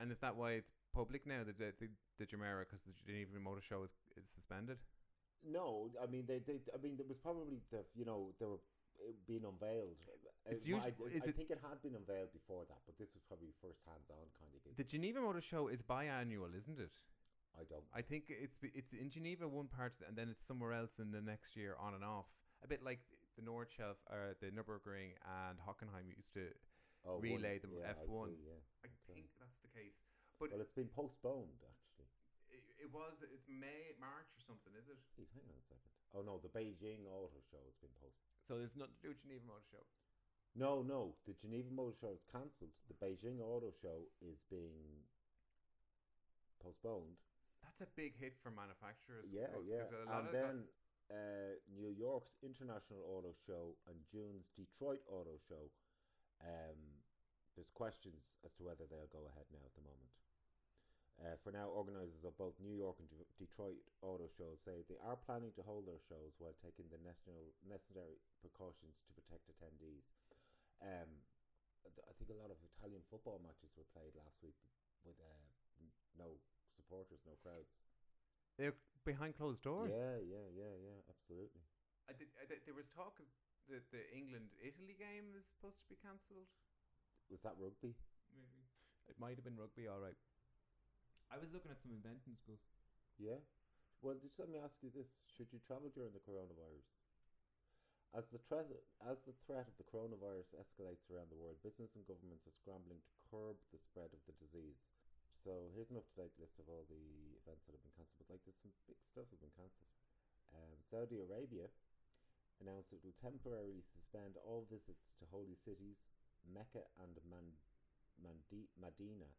and is that why it's public now? The the the, the Jumeirah, 'cause because the Geneva Motor Show is, is suspended.
No, I mean they, they. I mean, there was probably the you know they were uh, being unveiled. Uh,
It's
well, I,
usu-
I-
is
I
it-
think it had been unveiled before that, but this was probably first hands-on kind of gig.
The Geneva Motor Show is biannual, isn't it?
I don't.
I think it's be- it's in Geneva one part, and then it's somewhere else in the next year, on and off. A bit like the Nordschleife, uh, the Nürburgring, and Hockenheim used to.
oh, one-
relay the
yeah, I
F1.
see, yeah.
I
Okay.
think that's the case, but
Well, it's been postponed actually.
it, it was it's May March or something, is it?
Wait, hang on a second. Oh no, the Beijing Auto Show has been postponed.
So there's nothing to do with Geneva Motor Show.
No, no, the Geneva Motor Show is cancelled. The Beijing Auto Show is being postponed.
That's a big hit for manufacturers.
Yeah,
because-
yeah.
'cause a lot
And
of that-
then uh, New York's International Auto Show and June's Detroit Auto Show. Um, there's questions as to whether they'll go ahead now at the moment. Uh, for now, organisers of both New York and De- Detroit auto shows say they are planning to hold their shows while taking the national necessary precautions to protect attendees. Um, th- I think a lot of Italian football matches were played last week with uh, n- no supporters, no crowds.
they're behind closed doors.
Yeah, yeah, yeah, yeah, absolutely.
I did, I did, there was talk of the, the England Italy game is supposed to be cancelled.
Was that rugby?
Maybe it might have been rugby. All right. I was looking at some inventions, Gus.
Yeah. Well, just let me ask you this: Should you travel during the coronavirus? As the threat as the threat of the coronavirus escalates around the world, business and governments are scrambling to curb the spread of the disease. So here's an up-to-date list of all the events that have been cancelled. But like, there's some big stuff have been cancelled. Um, Saudi Arabia announced it will temporarily suspend all visits to holy cities, Mecca and Man- Mandi- Medina.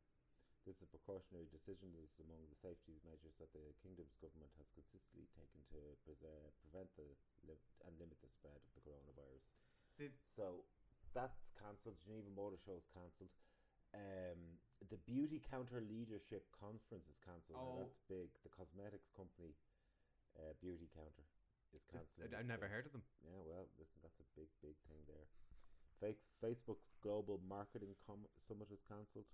This is a precautionary decision that is among the safety measures that the kingdom's government has consistently taken to preserve, prevent the li- and limit the spread of the coronavirus.
Did-
so that's cancelled. Geneva Motor Show is cancelled. Um, the Beauty Counter Leadership Conference is cancelled. Now
Oh.
That's big. The cosmetics company, uh, Beauty Counter, is
Is-
cancelled.
I've never heard of them.
Yeah, well, listen, that's a big, big thing there. Fake Facebook's global marketing com- summit is cancelled.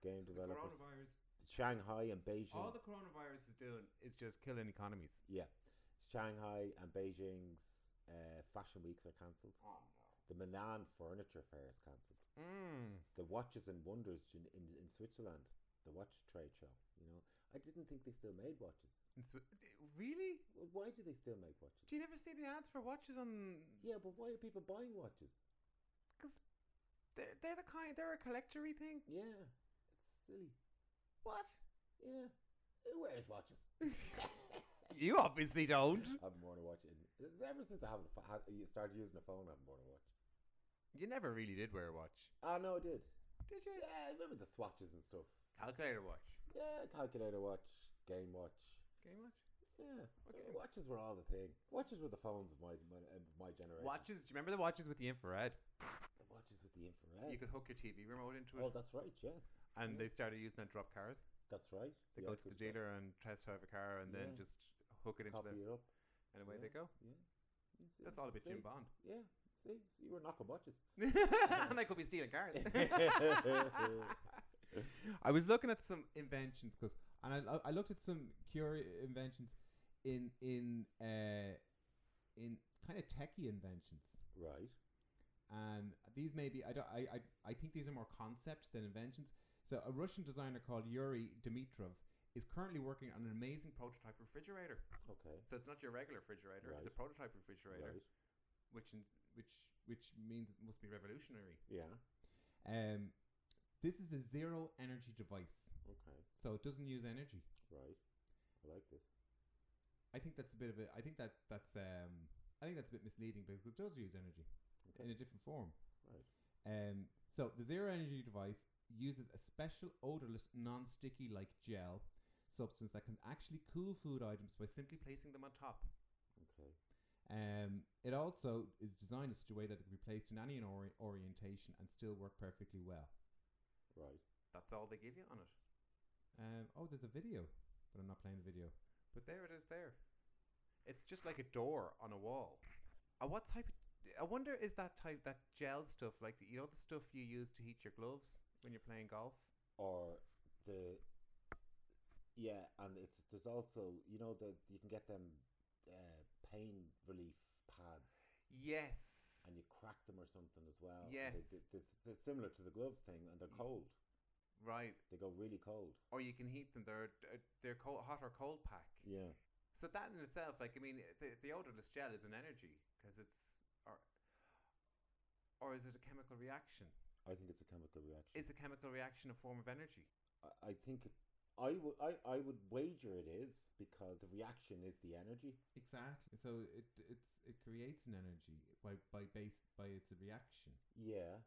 Game
So the
developers,
coronavirus,
Shanghai and Beijing.
all the coronavirus is doing
It's just killing economies.
yeah, Shanghai and Beijing's uh, fashion weeks are cancelled.
Oh no.
The Milan Furniture Fair is cancelled.
Mm.
The Watches and Wonders in, in, in Switzerland, the watch trade show. You know, I didn't think they still made watches.
And so- really?
Well, why do they still make watches?
Do you never see the ads for watches on?
Yeah, but why are people buying watches?
They're, they're the kind. They're a collectory thing.
Yeah, it's silly.
What?
Yeah, who wears watches?
[laughs] You obviously don't.
I've worn a watch in, ever since I haven't fa- had, you started using a phone. I haven't worn a watch.
You never really did wear a watch,
Ah, no, I did.
did you?
Yeah, I remember the swatches and stuff.
Calculator watch.
Yeah, calculator watch, game watch.
Game watch.
Yeah,
Okay.
watches were all the thing. Watches were the phones of my my, of my generation.
Watches. Do you remember the watches with the infrared?
the watches with the infrared.
You could hook your TV remote into it,
oh, that's right. Yes,
and they started using that to drop cars.
that's right.
They
Yeah,
go
I
to
could
the dealer and test drive a car, and then
Yeah.
just hook it into
Copy
them,
it up.
and away
yeah.
they go.
Yeah. You see,
That's all a bit
see?
Jim
[laughs]
Bond. [laughs]
Yeah. See, see, you were knocking watches.
and I could be stealing
[laughs]
cars.
I was looking at some inventions because, and I, lo- I looked at some curious inventions in in uh, in kind of techie inventions,
Right.
and these maybe I don't I, I I think these are more concepts than inventions. So a Russian designer called Yuri Dimitrov is currently working on an amazing prototype refrigerator.
Okay.
so it's not your regular refrigerator; it's a
Right.
prototype refrigerator,
Right.
which in, which which means it must be revolutionary.
Yeah.
Um, this is a zero energy device,
Okay.
so it doesn't use energy.
Right. I like this.
I think that's a bit of a. I think that that's um. I think that's a bit misleading because it does use energy
Okay.
in a different form.
Right.
Um. So the zero energy device uses a special odorless, non-sticky like gel substance that can actually cool food items by simply
Placing them on top.
Okay.
Um, it also is designed in such a way that it can be placed in any ori- orientation and still work perfectly well.
Right.
That's all they give you on it.
Um, oh, there's a video, but I'm not playing the video.
But there it is. There, it's just like a door on a wall. Uh, what type? Of, I wonder is that type that gel stuff like the, you know the stuff you use to heat your gloves when you're playing golf.
Or the yeah, and it's there's also you know the you can get them uh, pain relief pads
Yes.
and you crack them or something as well. and
Yes.
They, they, it's, it's similar to the gloves thing, and they're cold.
right.
They go really cold.
Or you can heat them. They're they're cold, hot or cold pack.
Yeah.
So that in itself, like I mean, the, the odorless gel is an energy because it's or or is it a chemical reaction?
I think it's a chemical reaction.
Is a chemical reaction a form of energy?
I- I think it- I would I, I would wager it is because the reaction is the energy.
Exactly. So it it's it creates an energy by by base by its reaction.
Yeah.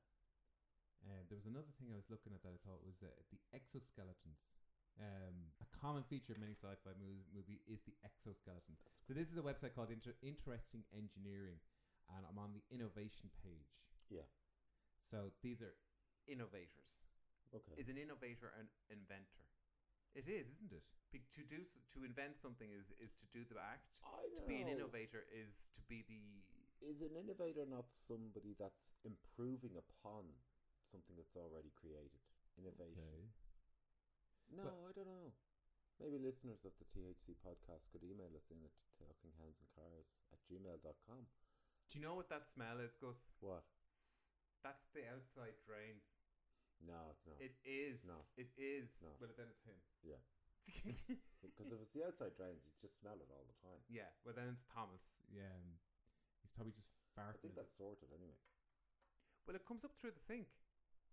Um, there was another thing I was looking at that I thought was uh, the exoskeletons. Um, a common feature of many sci-fi movie, movie is the exoskeleton. So this is a website called Inter- Interesting Engineering, and I'm on the innovation page.
Yeah.
So these are
Innovators
Okay.
is an innovator an inventor? It is, isn't it? Be- to do s- to invent something is is to do the act.
I
To be an
know.
innovator is to be the
Is an innovator not somebody that's improving upon something that's already created? Innovation.
okay.
No, I don't know. Maybe listeners of the THC podcast could email us in at talkinghandsandcars at gmail.com.
Do you know what that smell is, Gus?
What?
That's the outside drains.
No, it's not.
It is.
No.
It is.
No.
Well, then it's him. [laughs]
Yeah. Because if it's the outside drains, you just smell it all the time.
yeah, well then it's Thomas.
yeah, um, he's probably just
I
farting. as
think
a-
that's sorted anyway.
Well, it comes up through the sink,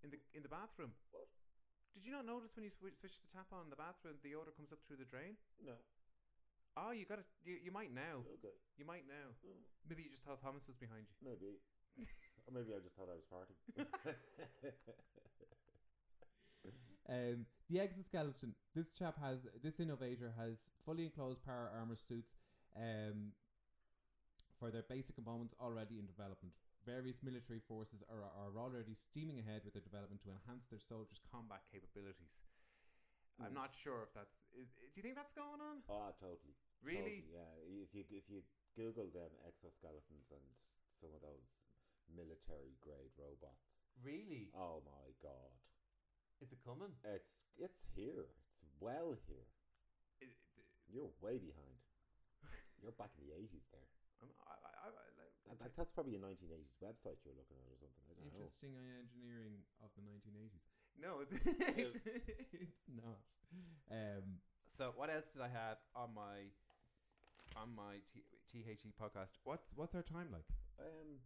in the in the bathroom.
What?
Did you not notice when you swi- switch the tap on in the bathroom, the odor comes up through the drain?
No.
Oh, you got to You, you might now.
Oh, Okay.
You might now.
Mm,
Maybe you just thought Thomas was behind you.
Maybe. or maybe I just thought I was farting. [laughs]
Um, the exoskeleton. This chap has this innovator has fully enclosed power armor suits, um, for their basic components already in development. Various military forces are, are already steaming ahead with their development to enhance their soldiers' combat.
Combat capabilities.
Hmm.
I'm not sure if that's. i- i- do you think that's going on?
Ah, totally.
Really?
Totally, yeah. If you if you Google them exoskeletons and some of those military grade robots.
Really?
Oh my god.
Is it coming?
It's it's here. It's well here. You're way
[laughs]
behind. You're back in the eighties there.
I'm, I, I, I, like,
That, that- that's probably a nineteen eighties website you're looking at or something. I don't know.
Interesting engineering of the 1980s.
no. [laughs] It's
[laughs] it's not. Um,
so what else did I have on my on my T- THE podcast?
what's what's our time like?
Um,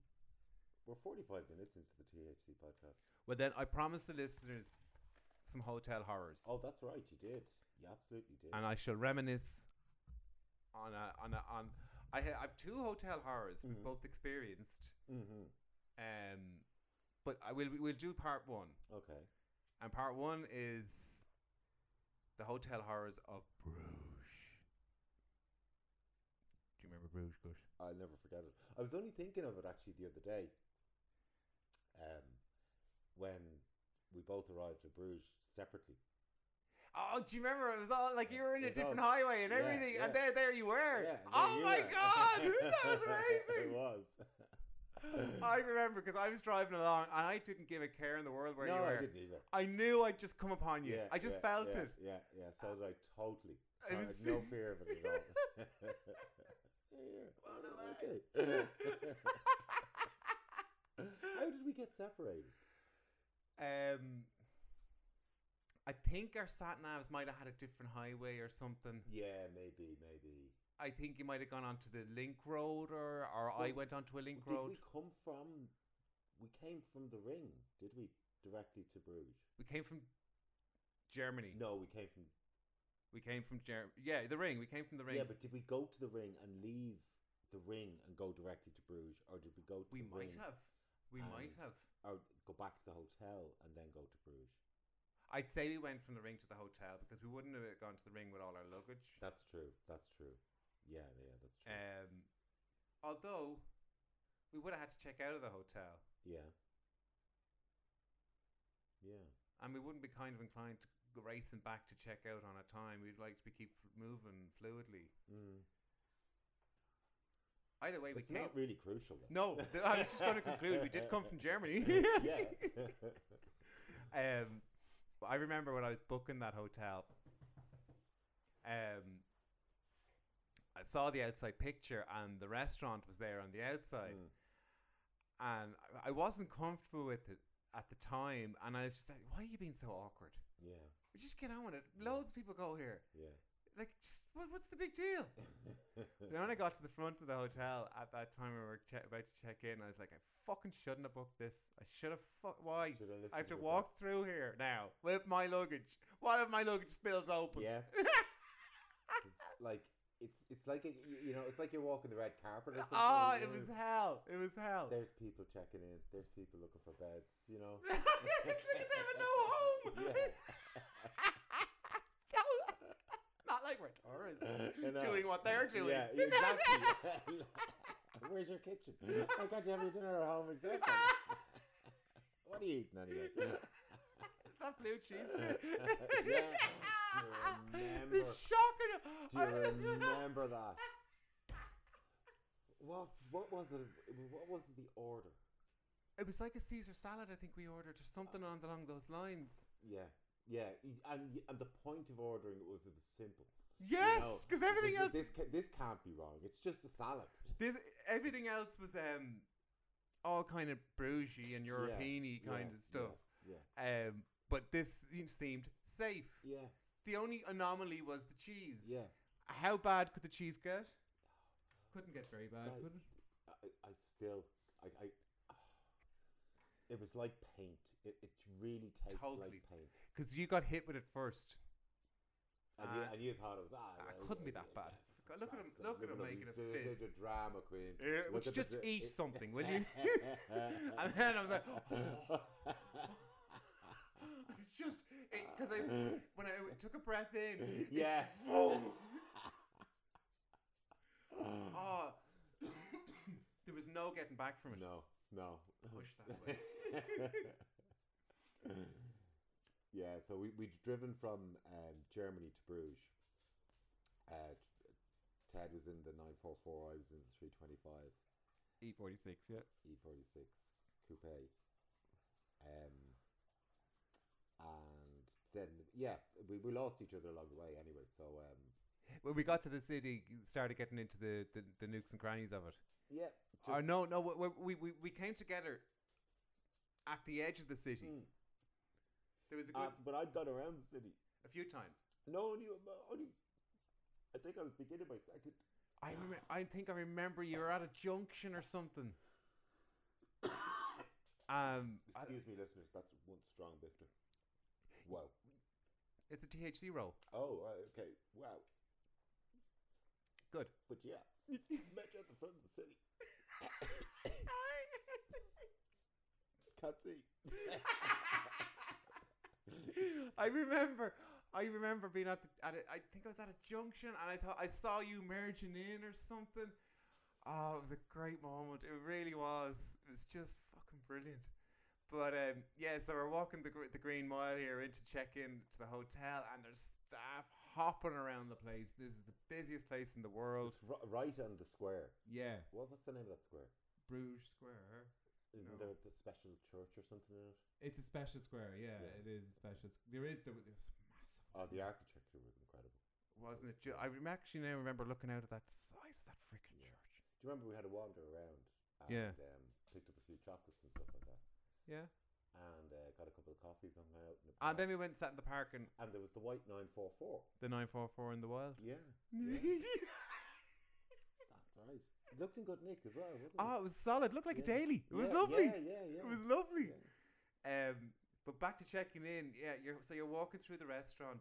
we're forty five minutes into the THC podcast.
Well, then I promised the listeners some hotel horrors,
Oh, that's right. You did. You absolutely did.
and I shall reminisce on a, on a, on. I, ha- I have two hotel horrors we've
Mhm.
both experienced,
mm-hmm.
um, but I will we'll do part one,
Okay.
and part one is the hotel horrors of Bruges. Do you remember Bruges, Gush?
I'll never forget it. I was only thinking of it actually the other day. Um, when we both arrived at Bruges separately.
Oh, do you remember? It was all like you were in a
It was all-
different highway and
yeah,
everything,
yeah.
and there, there you were.
Yeah, and
oh
there you
my
were.
god,
[laughs]
that was amazing!
it was.
I remember because I was driving along and I didn't give a care in the world where
no,
you were.
I didn't either.
I knew I'd just come upon you.
Yeah,
I just
yeah,
felt
yeah,
it.
Yeah, yeah. So did I totally.
It
I had
was- [laughs]
no fear of it at all. [laughs] Yeah,
Well,
yeah,
[laughs] no
okay. [laughs] How did we get separated?
Um, I think our sat navs might have had a different highway or something.
Yeah, maybe, maybe.
I think you might have gone onto the link road, or or I
Well,
went onto a link
Did
road.
we
We,
come from? We came from the ring, did we? Directly to Bruges?
came from Germany.
No, we came from.
We came from Germany. Yeah, the ring. We came from the ring.
Yeah, but did we go to the ring and leave the ring and go directly to Bruges, or did we go to
we
the
might
ring
have. We might
and-
have.
or go back to the hotel and then go to Bruges?
I'd say we went from the ring to the hotel because we wouldn't have gone to the ring with all our luggage.
That's true. That's true. Yeah, yeah, that's true.
Um, although we would have had to check out of the hotel,
yeah. Yeah.
and we wouldn't be kind of inclined to go racing back to check out on a time. We'd like to be keep f- moving fluidly.
Mm.
Either way, we
It's
came.
not really crucial. Though.
no, th- I was just going to conclude. We did
[laughs]
come from Germany. [laughs]
yeah.
um, but I remember when I was booking that hotel. Um, I saw the outside picture, and the restaurant was there on the outside.
Mm.
and I- I wasn't comfortable with it at the time, and I was just like, "Why are you being so awkward?
Yeah.
Just get on with it. Loads of people go here.
Yeah. [laughs]
Like, just, what, what's the big deal?" But then I got to the front of the hotel at that time when we were che- about to check in. I was like, "I fucking shouldn't have booked this. I should have. Fu- why?
Should listened
I have to
your
walk through here now with my luggage. What if my luggage spills
first-
open? [laughs]
Yeah. It's like it's it's like a, you you know it's like you're walking the red carpet. Or something,
Oh,
you
it
know?
was hell. It was hell."
There's [laughs] people checking in. There's people looking for beds. You know.
[laughs] Look at them
[laughs]
with no home. [laughs] So- not like we're
[laughs]
tourists
You know.
doing what they're doing.
Yeah,
You know what I mean?
exactly. Where's your kitchen? I got you having dinner at home.
[laughs]
Exactly. what are you eating anyway?
Is [laughs] that blue cheese
[laughs]
shit?
Yeah. Do
[laughs]
you remember?
The shocker.
Do you
[laughs]
remember that? What what was it? What was the order?
It was like a Caesar salad, I think we ordered, or something
Oh.
on along those lines.
Yeah, yeah, y- and y- and the point of ordering it was it was simple. you know.
Yes, because everything
This-
else,
This ca- this can't be wrong. It's just a salad.
this everything else was um, all kind of bougie and European
Yeah,
kind
yeah,
of stuff.
Yeah,
Um, but this seemed safe.
yeah,
the only anomaly was the cheese.
Yeah.
How bad could the cheese get?
Couldn't get very bad,
Right.
could it?
I, I still, I, I, [sighs] it was like paint. It, it really tastes
Totally.
like paint.
Because you got hit with it first. [gasps]
And, you,
Uh,
and you thought it was ah.
Ah,
well,
couldn't be
yeah,
that
yeah,
bad.
yeah,
For God- look
that's
at
a
him- look at him
little
making a
bit- the- the-
fist.
The drama queen.
Uh,
Look
would you
at the
just
dra-
eat something, will you? [laughs] and then I was
[laughs]
like, "Oh." [laughs] it's just because I when I took a breath
[laughs]
in, [laughs]
yeah.
boom. Oh, [coughs] there was no getting back from it.
No, no.
Push
[laughs]
that way.
[laughs] yeah, so we, we'd driven from um, Germany to Bruges. Uh, Ted was in the 944, I was in the 325.
E forty six, yeah.
E46 coupe. Um, and then yeah, we, we lost each other along the way anyway. So um,
When we got to the city, you started getting into the, the, the nooks and crannies of it.
yeah,
Oh
just-
no, no, we, we, we, we came together at the edge of the city.
Mm.
There was a good [laughs]
uh, but I'd gone around the city.
a few times.
No, only, only I think I was beginning my second.
I remember, I think I remember you were at a junction or [coughs] something. Um, I-
Excuse me, listeners. That's one strong lifter. Wow.
it's a THC [coughs] roll.
Oh, right, okay. Wow.
Good.
But yeah, met you at the front of the city. Can't see.
[laughs] I remember, I remember being at the, at a, I think I was at a junction and I thought I saw you merging in or something. Oh, it was a great moment. It really was. It was just fucking brilliant. But um, yeah, so we're walking the, gr- the Green Mile here in to check in to the hotel, and there's staff hopping around the place. This is the busiest place in the world.
It's ri- right on the square.
Yeah,
What, what's the name of that square?
Bruges Square.
Isn't
No.
there the special church or something in it?
It's a special square. Yeah,
Yeah.
it is a special. Squ- there is there was, there was massive.
Oh,
wasn't
the
there?
architecture was incredible.
Wasn't it? Ju- I rem- actually now remember looking out at that size of that freaking
Yeah.
church.
Do you remember we had a wander around and
Yeah.
um, picked up a few chocolates and stuff like that,
Yeah.
and uh, got a couple of coffees on my out. in the
And
park.
then we went and sat in the park and
and there was the white nine four four.
the 944 in the wild.
Yeah,
[laughs]
Yeah. that's right. It looked in good nick as well, wasn't it?
oh, it was solid. Looked like a
Yeah.
daily. It was
Yeah,
lovely.
Yeah, yeah, yeah.
It was lovely.
yeah.
Um, but back to checking in. Yeah, you're so you're walking through the restaurant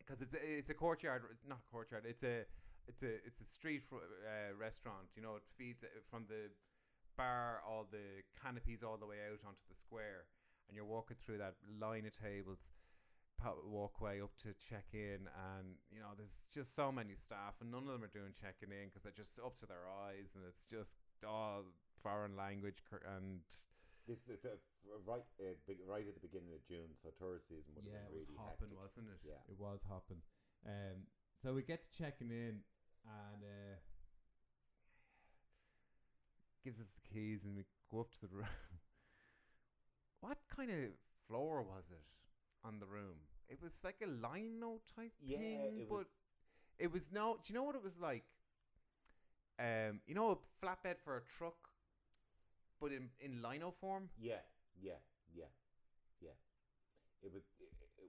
because it's a, it's a courtyard. It's not a courtyard. It's a it's a it's a street fr- uh, restaurant. You know, it feeds uh, from the bar, all the canopies, all the way out onto the square, and you're walking through that line of tables. pa- Walkway up to check in, and you know, there's just so many staff, and none of them are doing checking in because they're just up to their eyes, and it's just all foreign language cur- and
This is the, right, uh, big, right at the beginning of June, so tourist season would
Yeah,
have
it
been
was
really
hopping,
hectic.
wasn't it?
Yeah,
It was hopping. Um, so we get to checking in, and uh,
gives us the keys and we go up to the room. [laughs] what kind of floor was it on the room? It was like a lino type
yeah.
thing,
it
but
was,
it was no. Do you know what it was like? Um, you know, a flatbed for a truck, but in in lino form.
Yeah, yeah, yeah, yeah. It was. It, it,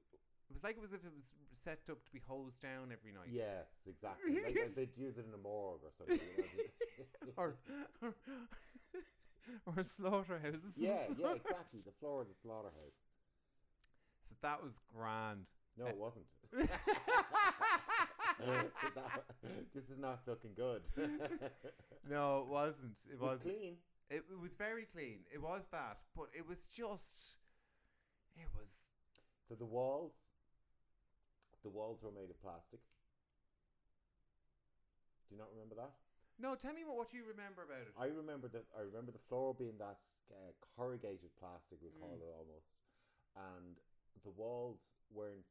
It was like it was if it was set up to be hosed down every night.
yes, exactly. like, like they'd use it in a morgue or something. you know.
[laughs] [laughs] Or or, or slaughterhouses. of
yeah, yeah,
sort.
exactly. The floor of the slaughterhouse.
[laughs] So that was grand. [laughs]
No, it wasn't. [laughs] That- this is not looking good. [laughs] it
no, it wasn't. It
was
wasn't.
clean.
It, it was very clean. It was that, but it was just, it was
So the walls, the walls were made of plastic. Do you not remember that?
no. Tell me what, what you remember about it.
I remember that. I remember the floor being that uh, corrugated plastic, we call
Mm.
it almost, and the walls weren't.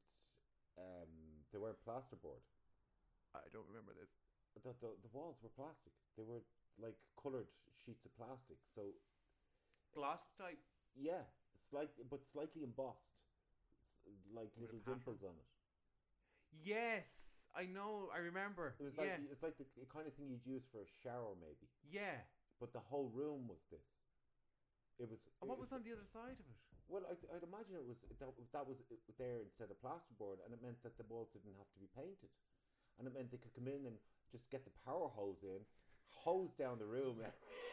Um, they weren't plasterboard.
I, don't remember this.
The, the the walls were plastic. They were like colored sheets of plastic. So
Gloss type.
yeah, slight but slightly embossed, s- like
With a
little
pattern.
dimples on it.
Yes, I know. I remember.
It was
yeah,
like it's like the kind of thing you'd use for a shower maybe.
yeah.
But the whole room was this. It was.
And what
it-
was on the other side of
[laughs]
it?
Well, I, I'd imagine it was that, that was it there instead of plasterboard, and it meant that the walls didn't have to be painted, and it meant they could come in and just get the power hose in, hose down the room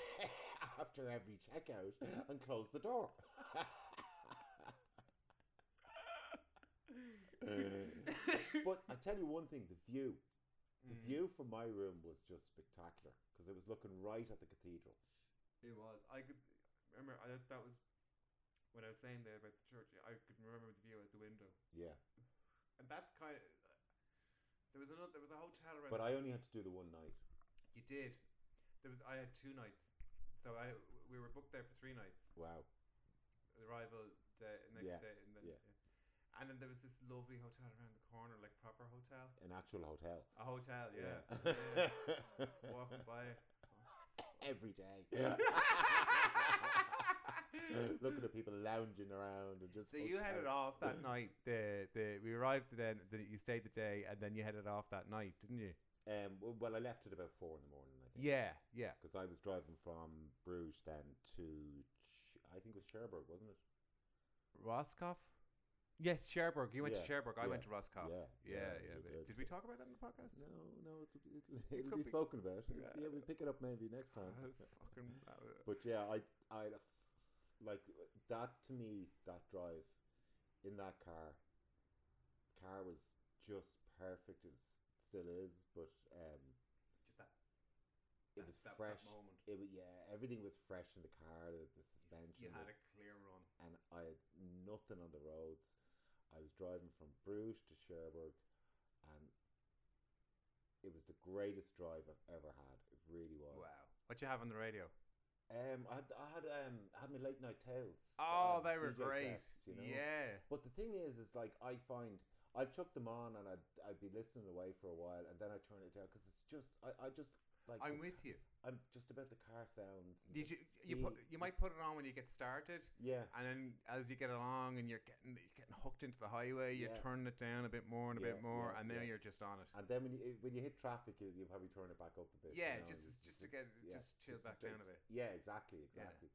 [laughs] after every checkout, and close the door. [laughs] Uh,
[laughs]
but I tell you one thing: the view, the
Mm.
view from my room was just spectacular because it was looking right at the cathedral.
It was. I could remember. I, that was when I was saying there about the church. I could remember the view out the window,
Yeah,
and that's kind of. There was another. There was a hotel around.
but I only had to do the one night.
you did. There was. I had two nights, so I we were booked there for three nights.
Wow.
Arrival day, next
Yeah,
day, and then
yeah.
and then there was this lovely hotel around the corner, like proper hotel.
An actual hotel.
A hotel, yeah.
[laughs]
yeah. [laughs] Walking by it.
Every day.
[laughs]
[laughs] Look at the people lounging around and just.
So you headed off that night. The the we arrived then. The, you stayed the day, and then you headed off that night, didn't you?
Um, w- well, I left at about four in the morning, I think.
Yeah, yeah.
Because I was driving from Bruges then to, Ch- I think it was Cherbourg, wasn't it?
Roscoff. Yes, Cherbourg. You went
Yeah,
to Cherbourg. I went to
yeah,
Roscoff.
yeah, yeah,
yeah, yeah.
you
but-
did.
Did we talk about that in the podcast?
No, no, it'll, it'll, it'll be
could be-
spoken about. Yeah.
Yeah.
we'll pick it up maybe next time.
Oh, fucking. uh,
But yeah, I, I, had a f- like that to me. That drive in that car, car was just perfect. It still is, but um,
Just that.
it
That-
was
that was
fresh.
that moment.
It was yeah, everything was fresh in the car. The, the suspension,
You had
the-
a clear run.
and I had nothing on the roads. I was driving from Bruges to Cherbourg, and it was the greatest drive I've ever had. It really was.
Wow. What you have on the radio?
Um, I had, I had um, I had my late night tales.
Oh,
um,
they were
DJ
great.
sets, you know?
Yeah.
But the thing is, is like I find I chuck them on and I'd, I'd be listening away for a while and then I turn it down because it's just I, I just like
I'm
the-
with
[laughs]
you.
I'm just about the car sounds. and
Did
just
you you, put, you might put it on when you get started,
Yeah.
and then as you get along and you're getting you're getting hooked into the highway, you're
Yeah.
turning it down a bit more and a
Yeah,
bit more,
yeah,
and now
yeah.
you're just on it.
And then when you when you hit traffic, you you probably turn it back up a bit. you
yeah,
know, and
just just to get
yeah,
just chill
just
back
to-
down a bit.
Yeah, exactly,
Yeah.
exactly.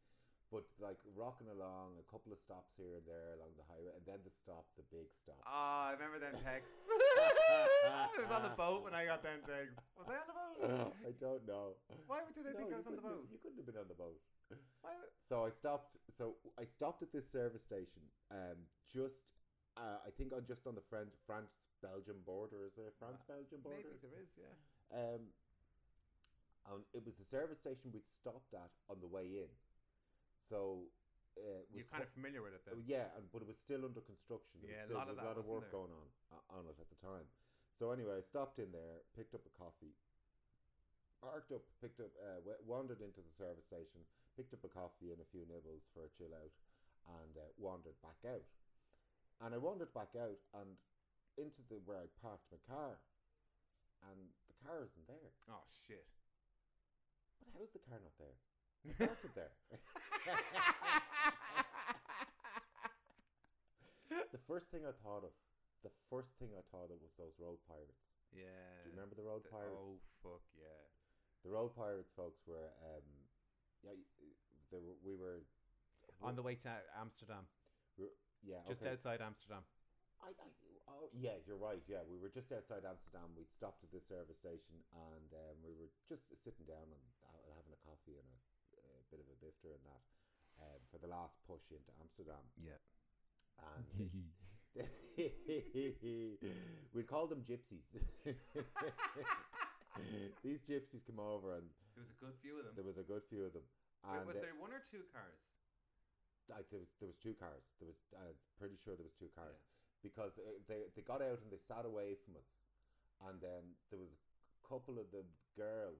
But like rocking along, a couple of stops here and there along the highway, and then the stop, the big stop.
Ah, I remember them texts. [laughs] I was on the boat when I got them texts. Was I on the boat?
[laughs] I don't know.
Why did I
Uh, No,
think I
you
was on the
couldn't have-
boat?
You couldn't have been on the boat.
Why w-
So I stopped. So I stopped at this service station. Um, just uh, I think on just on the French France Belgium border. Is there a France Belgium border?
Ah. Maybe there is, yeah.
Um, and it was the service station we'd stopped at on the way in. So uh, it was
You're kind
qu-
of familiar with it
Oh,
though.
yeah, and, but it was still under construction. There
Yeah, a
was still,
lot
there was a lot of
of that, wasn't
work
there?
going on uh, on it at the time. So anyway, I stopped in there, picked up a coffee, parked up, picked up, uh, w- wandered into the service station, picked up a coffee and a few nibbles for a chill out, and uh, wandered back out. And I wandered back out and into the where I parked my car, and the car isn't there.
Oh
[laughs]
shit. [laughs]
But how is the car not there? I parked it
[laughs]
there. the first thing I thought of, the first thing I thought of was those road pirates.
yeah.
Do you remember the road
The-
pirates?
Oh fuck yeah.
The road pirates folks were, um, yeah, y- they were, we were
On the way to Amsterdam,
yeah,
just
okay.
outside Amsterdam.
I, I, oh yeah, you're right. Yeah, we were just outside Amsterdam. We'd stopped at the service station, and um, we were just sitting down and ha- having a coffee and a, a bit of a bifter and that um, for the last push into Amsterdam. [laughs]
Yeah. [laughs]
and [laughs] we call them gypsies. [laughs] These gypsies come over, and
There was a good few of them.
there was a good few of them.
Wait,
And
was
uh,
there one or two cars?
I, there was there was two cars. There was uh, pretty sure there was two cars because uh, they they got out and they sat away from us, and then there was a couple of the girls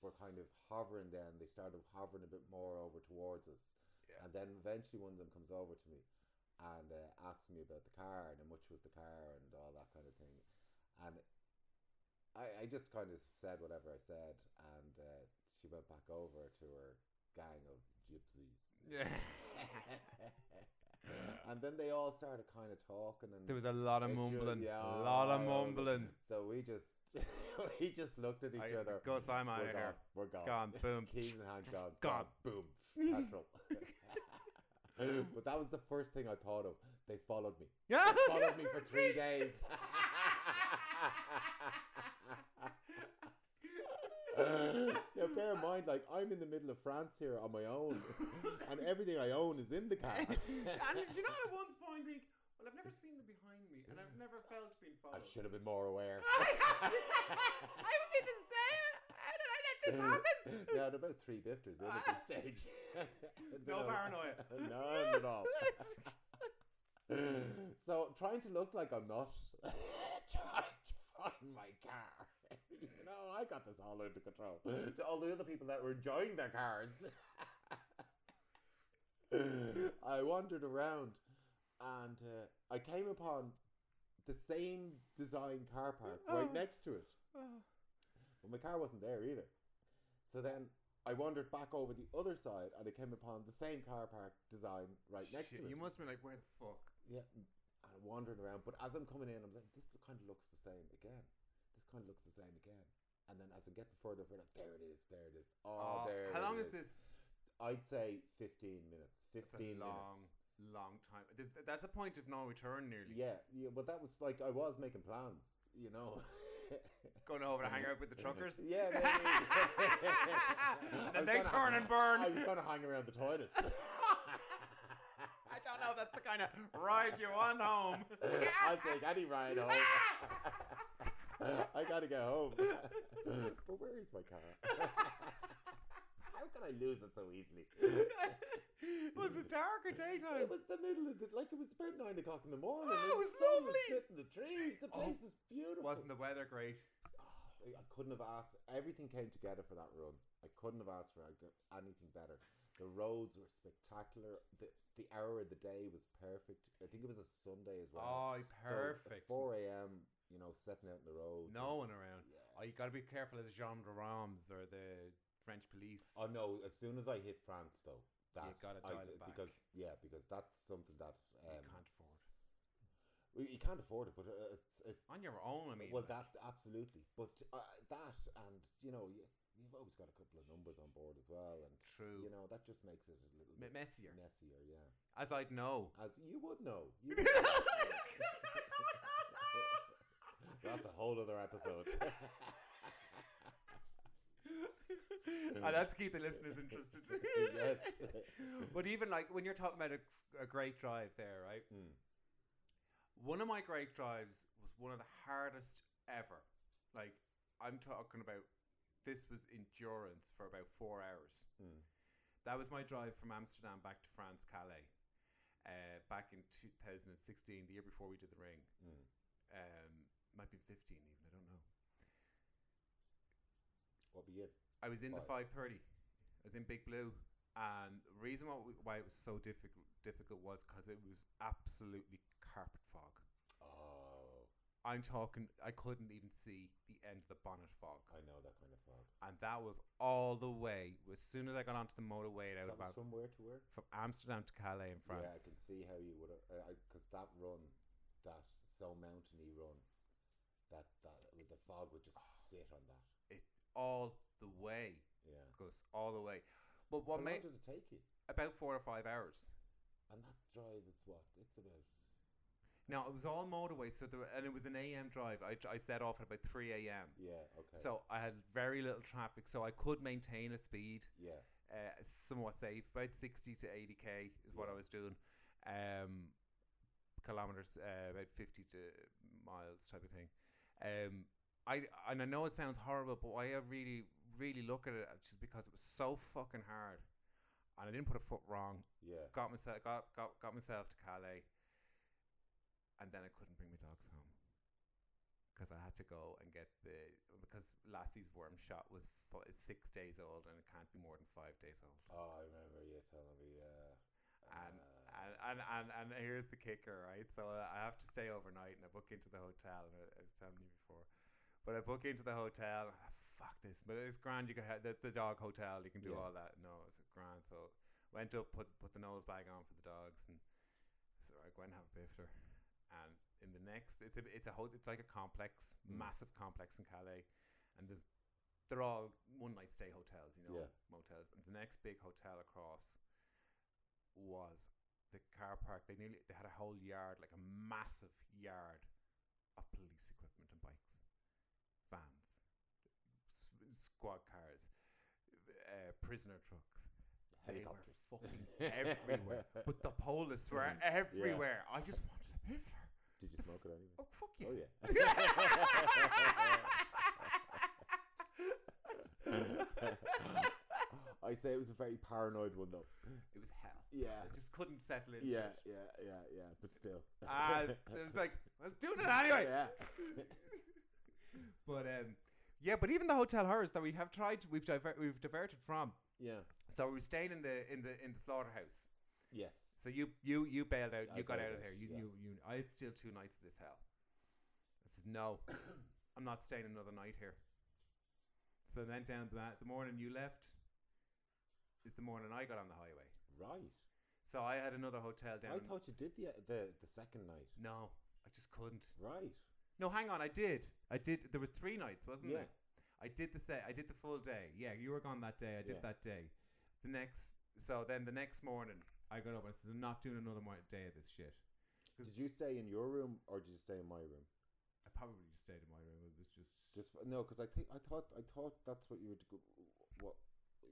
were kind of hovering. Then they started hovering a bit more over towards us,
Yeah.
and then eventually one of them comes over to me, and uh, asks me about the car and how much was the car and all that kind of thing, and I I just kind of said whatever I said, and uh, she went back over to her gang of gypsies
Yeah. [laughs]
and then they all started kind of talking and
There was a lot of
It ju-
mumbling.
yeah,
a lot of
I don't know.
mumbling.
so we just [laughs] we just looked at each
I,
other
Gus, I'm out
we're
of
gone. [laughs]
here.
we're gone
Gone, boom.
Keys in hand gone
Gone.
boom petrol [laughs] but that was the first thing I thought of. They followed me.
[laughs]
Yeah.
They followed me for three days. [laughs] now bear in mind, like I'm in the middle of France here on my own, and everything I own is in the [laughs] car.
[laughs] and do you know, at one point, think, well, I've never seen them behind me, and I've never felt being
I
followed. [laughs]
should have been more aware. [laughs]
I would be the same. How did I let this
[laughs]
happen?
[laughs]
yeah, I'd about three bifters in at this stage.
No paranoia.
[laughs] None at all. [laughs] so trying to look like I'm not [laughs] trying to find my car. [laughs] you know, I got this all under control. [laughs] To all the other people that were enjoying their cars. [laughs] I wandered around and uh, I came upon the same design car park
Oh.
right next to it. But my car wasn't there either. So then I wandered back over the other side and I came upon the same car park design right next
Shit,
to it.
you must have been like, where the fuck?
Yeah, and I wandered around. But as I'm coming in, I'm like, this kind of looks the same again. This kind of looks the same again. And then as I'm getting further, further, there it is, there it is. Oh,
Oh,
there.
how long
it
is this?
I'd say 15 minutes. 15
That's a long,
minutes.
long time. This, that's a point of no return nearly.
Yeah, yeah, but that was like, I was making plans, you know. [laughs]
Going Oh. over to hang out with the truckers. [laughs]
yeah, maybe. [laughs]
And then they turn and burn.
I was going to hang around the
[laughs]
toilet.
I don't know if that's the kind of ride you
[laughs]
want home.
I'll take any ride home. I gotta get home. [laughs] but where is my car?
[laughs]
How can I lose it so easily?
[laughs] was it dark or daytime?
It was the middle of the like it was about nine o'clock in the morning.
Oh, it
the
was
sun
lovely.
sitting in the trees. The
Oh,
place is beautiful.
Wasn't the weather great?
Oh, I couldn't have asked. Everything came together for that run. I couldn't have asked for anything better. The roads were spectacular. The the hour of the day was perfect. I think it was a Sunday as well.
Oh,
So,
perfect.
4 a.m., you know, setting out on the road.
no one around.
Yeah.
Oh, you got to be careful of the Jean de Rams or the French police.
Oh, no. As soon as I hit France, though, that.
You gotta
I-
dial it back.
Because, yeah, because that's something that.
you
Um,
can't afford.
well, you can't afford it, but uh, it's. it's
On your own, I mean.
well,
like,
that absolutely. But uh, that, and, you know, you, you've always got a couple of numbers on board as well. And,
True.
you know, that just makes it a little bit
Me- messier.
messier, yeah.
As I'd
[laughs]
know.
As you would know. [laughs] You would That's a whole other episode. [laughs]
and let's keep the listeners interested.
yes.
[laughs] But even like when you're talking about a, a great drive there, right?
Mm.
One of my great drives was one of the hardest ever. Like I'm talking about this was endurance for about 4 hours.
Mm.
That was my drive from Amsterdam back to France Calais. Uh, back in 2016, the year before we did the ring.
Mm.
Um might be 15 even, I don't know.
What be it?
I was in the
Five.
5:30. I was in Big Blue, and the reason why, we- why it was so difficult difficult was because it was absolutely carpet fog.
Oh,
I'm talking, I couldn't even see the end of the bonnet fog,
I know that kind of fog.
and that was all the way. As soon as I got onto the motorway, and out
That was
about
from where to where?
from Amsterdam to Calais in
Yeah, I
France.
can see how you would have, because that run, that so mountainy run, that that with the fog would just sit on that.
it all the way,
Yeah.
Gus, all the way. But what
how
made
long did it take you?
about four or five hours?
And that drive is what it's about.
Now it was all motorway, so there, were- and it was an AM drive. I, I set off at about three AM.
Yeah. Okay.
So I had very little traffic, so I could maintain a speed
yeah.
uh, somewhat safe, about 60 to 80 k is what I
Yeah.
was doing, um, kilometers, uh, about 50 to miles type of thing. Um, I and I know it sounds horrible, but why I really really look at it just because it was so fucking hard, and I didn't put a foot wrong.
Yeah.
Got myself got got, got myself to Calais, and then I couldn't bring my dogs home. Because I had to go and get the because Lassie's worm shot was f- six days old and it can't be more than five days old.
Oh, I remember you telling me. Yeah.
And,
Uh,
and, and, and, and here's the kicker, right? So uh, I have to stay overnight and I book into the hotel. And I, I was telling you before. But I book into the hotel. and, "Ah, fuck this. But it's grand. You can have that's the dog hotel. You can do
Yeah.
all that. No, it's grand. So went up, put put the nose bag on for the dogs, and so I go and have a bifter. And in the next, it's a it's a whole, it's like a complex,
Mm.
massive complex in Calais, and there's they're all one night stay hotels, you know,
Yeah.
motels. And the next big hotel across was the car park. They nearly they had a whole yard, like a massive yard of police equipment and bikes, vans, s- squad cars, uh, prisoner trucks. They were
Helicopters.
[laughs] fucking everywhere. But the police
Mm-hmm.
were everywhere. I just wanted a picture.
Did you smoke it anyway?
Oh fuck
Oh
[laughs] you.
yeah. [laughs] I'd say it was a very paranoid one though.
it was hell.
Yeah.
I just couldn't settle in.
Yeah,
shit.
yeah, yeah, yeah. But still. [laughs]
Ah, it was like, let's do it anyway.
Yeah.
[laughs] But um, yeah, but even the hotel horrors that we have tried, we've diver- we've diverted from.
Yeah.
So we were staying in the in the in the slaughterhouse.
Yes.
So you you you bailed out.
I
You got
bailed
out of
out,
there. You
yeah.
you you. I had still two nights of this hell. I said no, [coughs] I'm not staying another night here. So then down the ma- the morning you left is the morning I got on the highway.
Right.
So I had another hotel down.
I
in-
thought you did the the the second night.
no, I just couldn't.
Right.
No, hang on. I did. I did. There was three nights, wasn't
Yeah.
there? I did the set. I did the full day. Yeah, you were gone that day. I did
Yeah.
that day. The next. So then the next morning, I got up and I said, "I'm not doing another mo- day of this shit."
Did you stay in your room or did you stay in my room?
I probably just stayed in my room. It was just.
Just f- no, because I think I thought I thought that's what you were to go, what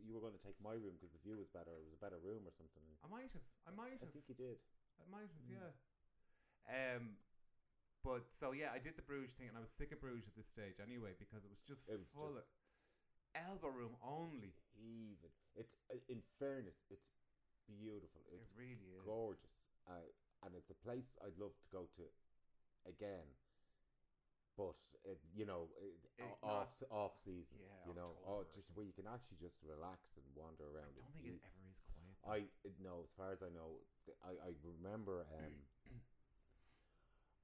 you were going to take my room because the view was better. It was a better room or something.
I might have. I might
I
have.
think Mm. you did.
I might have. Yeah. Um, but so yeah, I did the Bruges thing, and I was sick of Bruges at this stage anyway because it was just
It was
full
just-
of elbow room only.
Even it's uh, in fairness, it's beautiful.
It
It's
really is
gorgeous, uh, and it's a place I'd love to go to again. But it, you know, it,
It
o-
not-
off off season,
Yeah,
you know,
October
oh,
or
just where you can actually just relax and wander
I
around. Oh,
don't
It's
think it
beautiful.
ever is quiet. though.
I it- no, as far as I know, th- I, I remember um, [clears throat]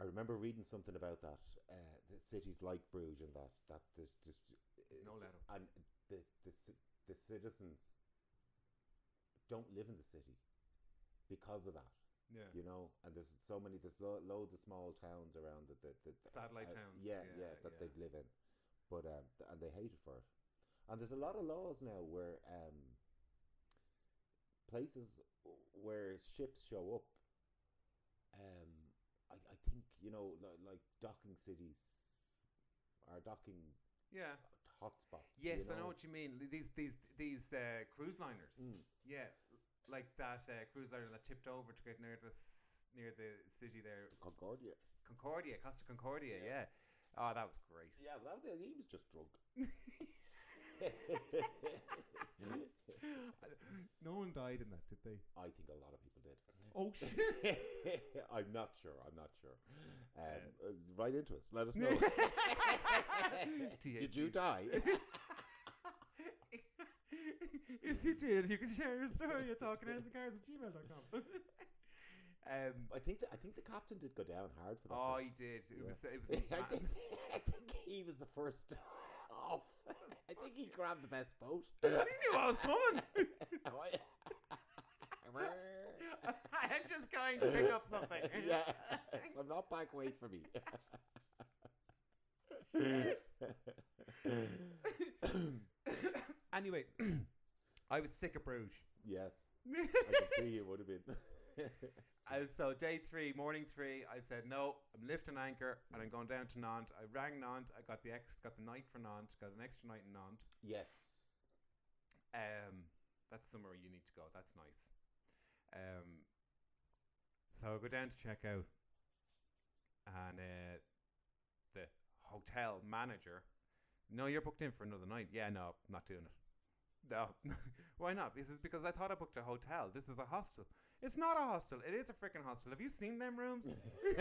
I remember reading something about that. Uh, the cities like Bruges and that that there's just uh,
There's no let up.
and the the ci- the citizens don't live in the city because of that,
Yeah.
you know. And there's so many there's lo- loads of small towns around that that, that
Satellite towns,
Uh, yeah,
yeah,
yeah, that
yeah.
they'd live in, but um, th- and they hate it for it. And there's a lot of laws now where um, places w- where ships show up. Um, I, I think you know li- like docking cities are docking
Yeah.
hotspots. you
Yes, I know what you mean. Li- These these these uh, cruise liners.
Mm.
Yeah, l- like that uh, cruise liner that tipped over to get near the s- near the city there,
Concordia.
Concordia, Costa Concordia.
Yeah.
Yeah. Oh, that was great.
Yeah, well, that was- he was just drunk.
[laughs] no one died in that, did [laughs] they?
[laughs] I think a lot of people did.
Oh
[laughs] I'm not sure. I'm not sure. Um, uh, right into us. Let
[laughs]
us know. Did you die? [laughs]
[laughs] if you did, you can share your story at talkinghandsandcars at gmail.com. um,
I think the, I think the captain did go down hard for that.
oh,
[laughs] thing.
he did. It
Yeah.
was it was
I,
mad. [laughs]
think, [laughs] I think he was the first [laughs] off. [laughs] I think he grabbed the best boat.
[laughs] he knew I
[laughs]
was coming. [laughs] I'm just going to pick up something.
[laughs] yeah, I'm not back. Wait for me.
[laughs]
[laughs]
anyway, [clears throat] I was sick of [laughs] Bruges.
yes, I can see it would have been. [laughs]
And so day three, morning three, I said no. I'm lifting anchor and I'm going down to Nantes. I rang Nantes. I got the ex, got the night for Nantes. Got an extra night in Nantes.
yes,
Um, that's somewhere you need to go. That's nice. Um, so I go down to check out, and uh, the hotel manager, no, you're booked in for another night. Yeah, no, not doing it. No, [laughs] why not? He says because I thought I booked a hotel. This is a hostel. It's not a hostel. It is a freaking hostel. Have you seen them rooms? [laughs]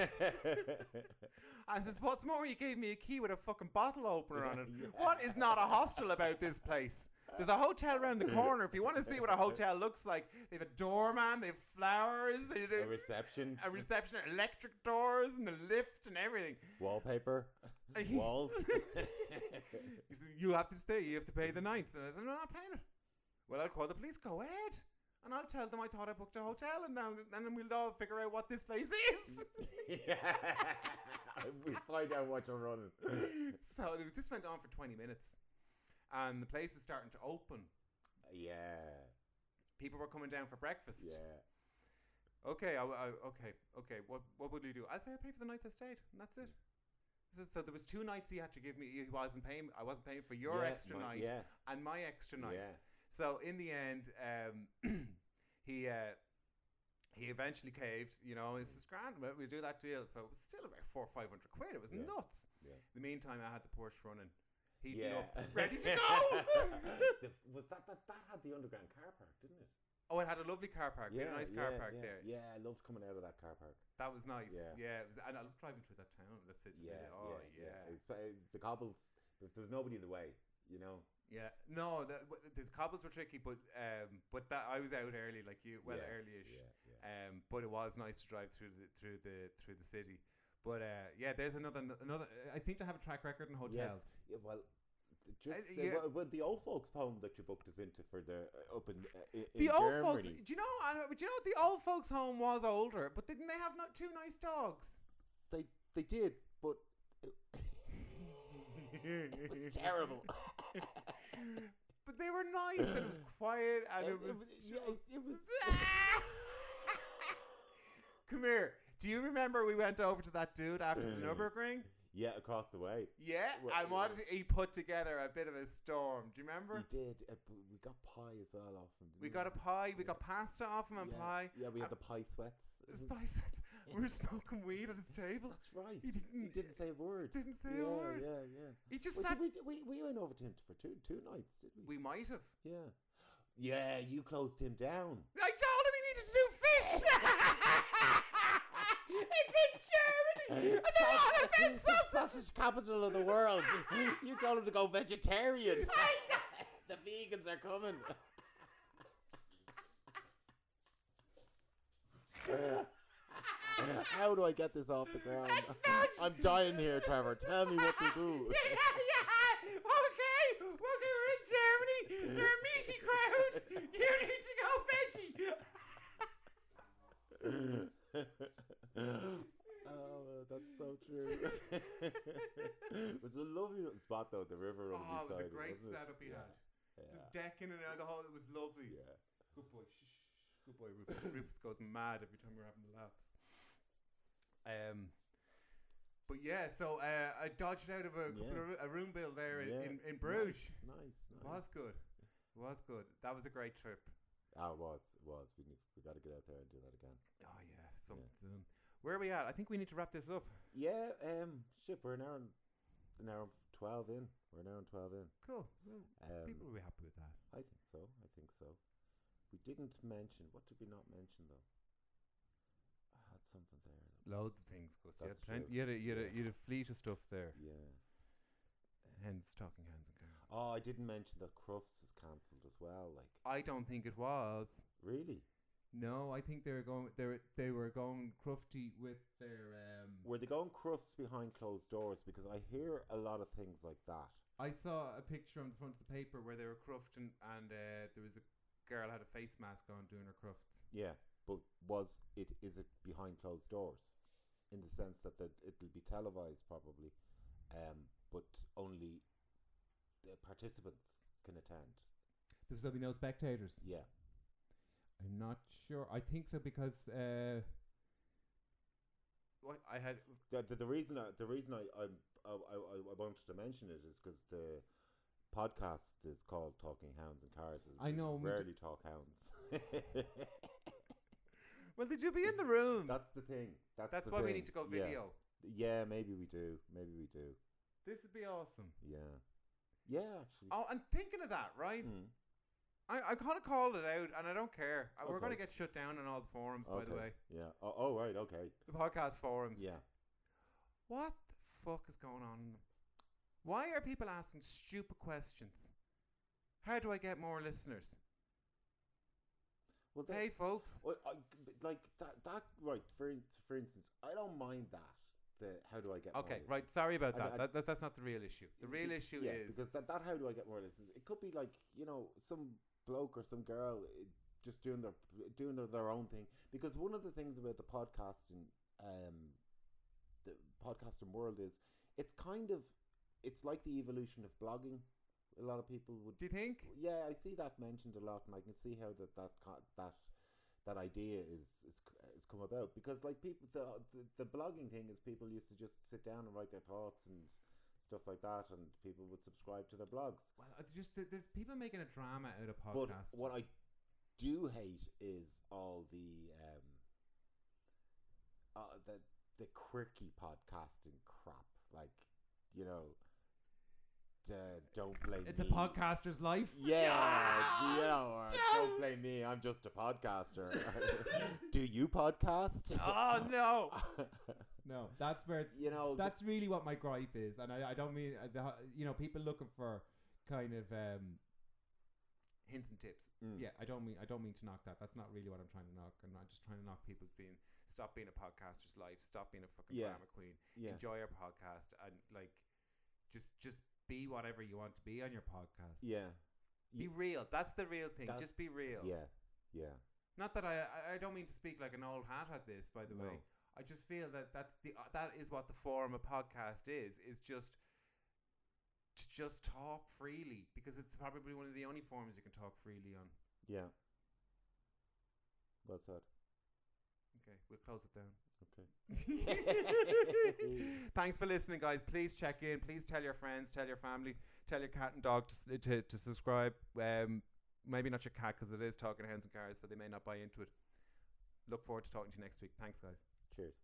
I says, what's more, you gave me a key with a fucking bottle opener on it.
Yeah.
What is not a hostel about this place? There's a hotel around the corner. If you want to see what a hotel looks like, they have a doorman, they have flowers, they
a
do
reception,
a reception, electric doors, and a lift, and everything. [laughs]
wallpaper, [laughs] walls.
He said, you have to stay. You have to pay the nights. And I said, no, I'm not paying it. Well, I'll call the police. Go ahead. And I'll tell them I thought I booked a hotel, and, now, and then we'll all figure out what this place is.
[laughs] we find out what you're running.
[laughs] so there was- this went on for 20 minutes and the place is starting to open
Yeah,
people were coming down for breakfast
yeah.
Okay, I, w- I- okay, okay. What what would you do? I say I pay for the nights I stayed, and that's it. So, so there was two nights he had to give me. He wasn't paying. I wasn't paying for your
Yeah,
extra
my-
night
Yeah,
and my extra night.
yeah.
So in the end, um, [clears throat] he uh, he eventually caved. You know, he says, "Grand, we- we do that deal." So it was still about four or five hundred quid. It was
Yeah.
nuts.
Yeah.
In the meantime, I had the Porsche running, heating
yeah. [laughs]
up, ready to go.
The- was that, that that had the underground car park, didn't it?
oh, it had a lovely car park. We had a nice car
yeah,
park
yeah.
there.
Yeah, I loved coming out of that car park.
That was nice.
Yeah.
Yeah, it was, and I love driving through that town. That's it.
Yeah,
Oh
yeah,
yeah.
It's, uh, the cobbles. If there was nobody in the way, you know.
Yeah, no, the, w- the cobbles were tricky, but um, but that I was out early, like you, well,
Yeah,
early-ish.
Yeah, yeah.
Um, but it was nice to drive through the through the through the city. But uh, yeah, there's another another. I seem to have a track record in hotels.
Yeah, well, th- just
Uh,
the,
yeah.
well, well, the old folks' poem that you booked us into for the uh, up in, uh, i- in
The old
Germany.
folks, do you know? I know- Do you know the old folks' home was older, but didn't they have not two nice
[laughs]
dogs?
They they did, but it
[laughs]
was terrible.
But they were nice, and it was quiet, and it
It
was.
was- yeah, it- it was-
[laughs] Come here. Do you remember we went over to that dude after the Nurburgring?
yeah, across the way.
Yeah,
Uh, Well,
I
yeah.
wanted to- he put together a bit of a storm. Do you remember?
We did. Uh, but we got pie as well off him.
We
didn't
got a pie. We
Mm. Yeah.
got pasta off him and
yeah, Mm-hmm.
pie.
Yeah, we had
Uh,
the pie sweats. [laughs]
Spices. we were smoking weed at his table.
That's right.
He didn't.
He didn't say a word.
didn't say
yeah,
a word.
Yeah, yeah.
He just
Well,
sat.
did we, did we, we went over to him for two two nights, did we?
We might have.
Yeah. Yeah, you closed him down.
I told him he needed to do
[laughs]
fish. it's in
[laughs]
Germany. And they're all
Sausage-
about sausage.
sausage capital of the world. [laughs] you told him to go [laughs] vegetarian.
I t-
the vegans are coming. [laughs] [laughs] How do I get this off the ground?
That's fish.
[laughs] I'm dying here, Trevor. Tell me what to [laughs] do.
yeah, yeah, yeah. Okay, okay, we're in Germany. They're a meaty crowd. You need to go fishy.
[laughs] oh, that's so [laughs] true. it was a lovely little spot though, the river. on
Oh, it was a
beside
great
wasn't it?
setup he
yeah.
had. The deck in and out of the hall, it was lovely.
Yeah. yeah.
Good boy. Shh, shh, shh. Good boy, Rufus. [coughs] Rufus goes mad every time we're having the laughs. Um, but yeah, so uh, I dodged out of a, couple
Yeah.
of, ru- a room bill there in,
Yeah,
in, in
nice.
Bruges.
Nice.
It
nice.
was good. It was good. That was a great trip.
Ah, it was. It was. We, need, we got to get out there and do that again.
Oh, yeah, something soon. Where are we at? I think we need to wrap this up.
Yeah. Um. Shit. We're an hour. And, an hour and twelve in. We're an hour and twelve in.
Cool. Well,
Um,
people will be happy with that.
I think so. I think so. We didn't mention. What did we not mention though? I had something there.
Loads of things, Gus. You had,
That's
plenty,
true.
you, had a, you, had a,
Yeah.
you had a fleet of stuff there.
Yeah.
Hence, talking hands and cars.
Oh, I didn't mention that Crufts is cancelled as well. Like,
I don't think it was.
really?
No, I think they were going. They were, they were going crufty with their. Um,
Were they going Crufts behind closed doors? Because I hear a lot of things like that.
I saw a picture on the front of the paper where they were crufting, and uh, there was a girl had a face mask on doing her crufts.
Yeah, but was it is it behind closed doors, in the sense that that it'll be televised probably, um, but only the participants can attend.
There was there'll be no spectators.
Yeah,
I'm not sure. I think so because. Uh, what I had
the, the, the reason I, the reason I I, I I I wanted to mention it is because the podcast is called Talking Hounds and Cars. and
I
we
know, we d-
rarely talk hounds. [laughs]
Well, did you be in the room?
That's the thing. That's,
That's
the
why we
thing.
need to go
Yeah.
video.
Yeah. maybe we do. Maybe we do.
This would be awesome.
Yeah. Yeah, actually.
Oh, and thinking of that, right?
Mm.
I, I kind of called it out, and I don't care. Uh, We're
Okay.
going to get shut down in all the forums, by the
Okay.
way,
Yeah. Oh, oh, right. Okay.
the podcast forums.
Yeah.
What the fuck is going on? in them? Why are people asking stupid questions? How do I get more listeners?
Well, that,
Hey, folks.
well, I, but like that. That right. For in- for instance, I don't mind that. The how do I get? more
Okay,
listens.
right. Sorry about
I-
that.
I-
that that's, that's not the real issue. The real
Be-
issue
yeah,
is
because that, that how do I get more listens? It could be like you know some bloke or some girl eh, just doing their doing their, their own thing. Because one of the things about the podcasting um, the podcasting world is it's kind of it's like the evolution of blogging. A lot of people would
do you think?
yeah, I see that mentioned a lot, and I can see how that that co- that that idea is is c- has come about because like people the, the the blogging thing is people used to just sit down and write their thoughts and stuff like that and people would subscribe to their blogs
Well, it's just that there's people making a drama out of
but
podcasts.
what I do hate is all the um, uh, the the quirky podcasting crap. Like, you know, the don't blame.
it's a
me.
podcaster's life.
Yeah, you know, or
Yes,
don't
Joe.
blame me. I'm just a podcaster. [laughs] do you podcast?
[laughs] Oh
[laughs]
no! No, that's where
you know,
that's really what my gripe is, and I, I don't mean uh, the, you know people looking for kind of um, hints and tips.
Mm.
Yeah, I don't mean I don't mean to knock that. That's not really what I'm trying to knock. I'm not just trying to knock people being stop being a podcaster's life, stop being a fucking
Yeah.
drama queen,
yeah.
enjoy your podcast, and like just just be whatever you want to be on your podcast.
yeah,
be real. That's the real thing.
That's-
just be real.
yeah, yeah,
Not that I I- I don't mean to speak like an old hat at this, by the way.
No.
I just feel that that's the uh, that is what the forum of podcast is is just to just talk freely because it's probably one of the only forums you can talk freely on.
yeah. Well said.
Okay, we'll close it down.
Okay.
[laughs] Thanks for listening, guys. Please check in. Please tell your friends, tell your family, tell your cat and dog to s- to, to subscribe. Um, maybe not your cat because it is talking hens and cars, so they may not buy into it. Look forward to talking to you next week. Thanks, guys.
Cheers.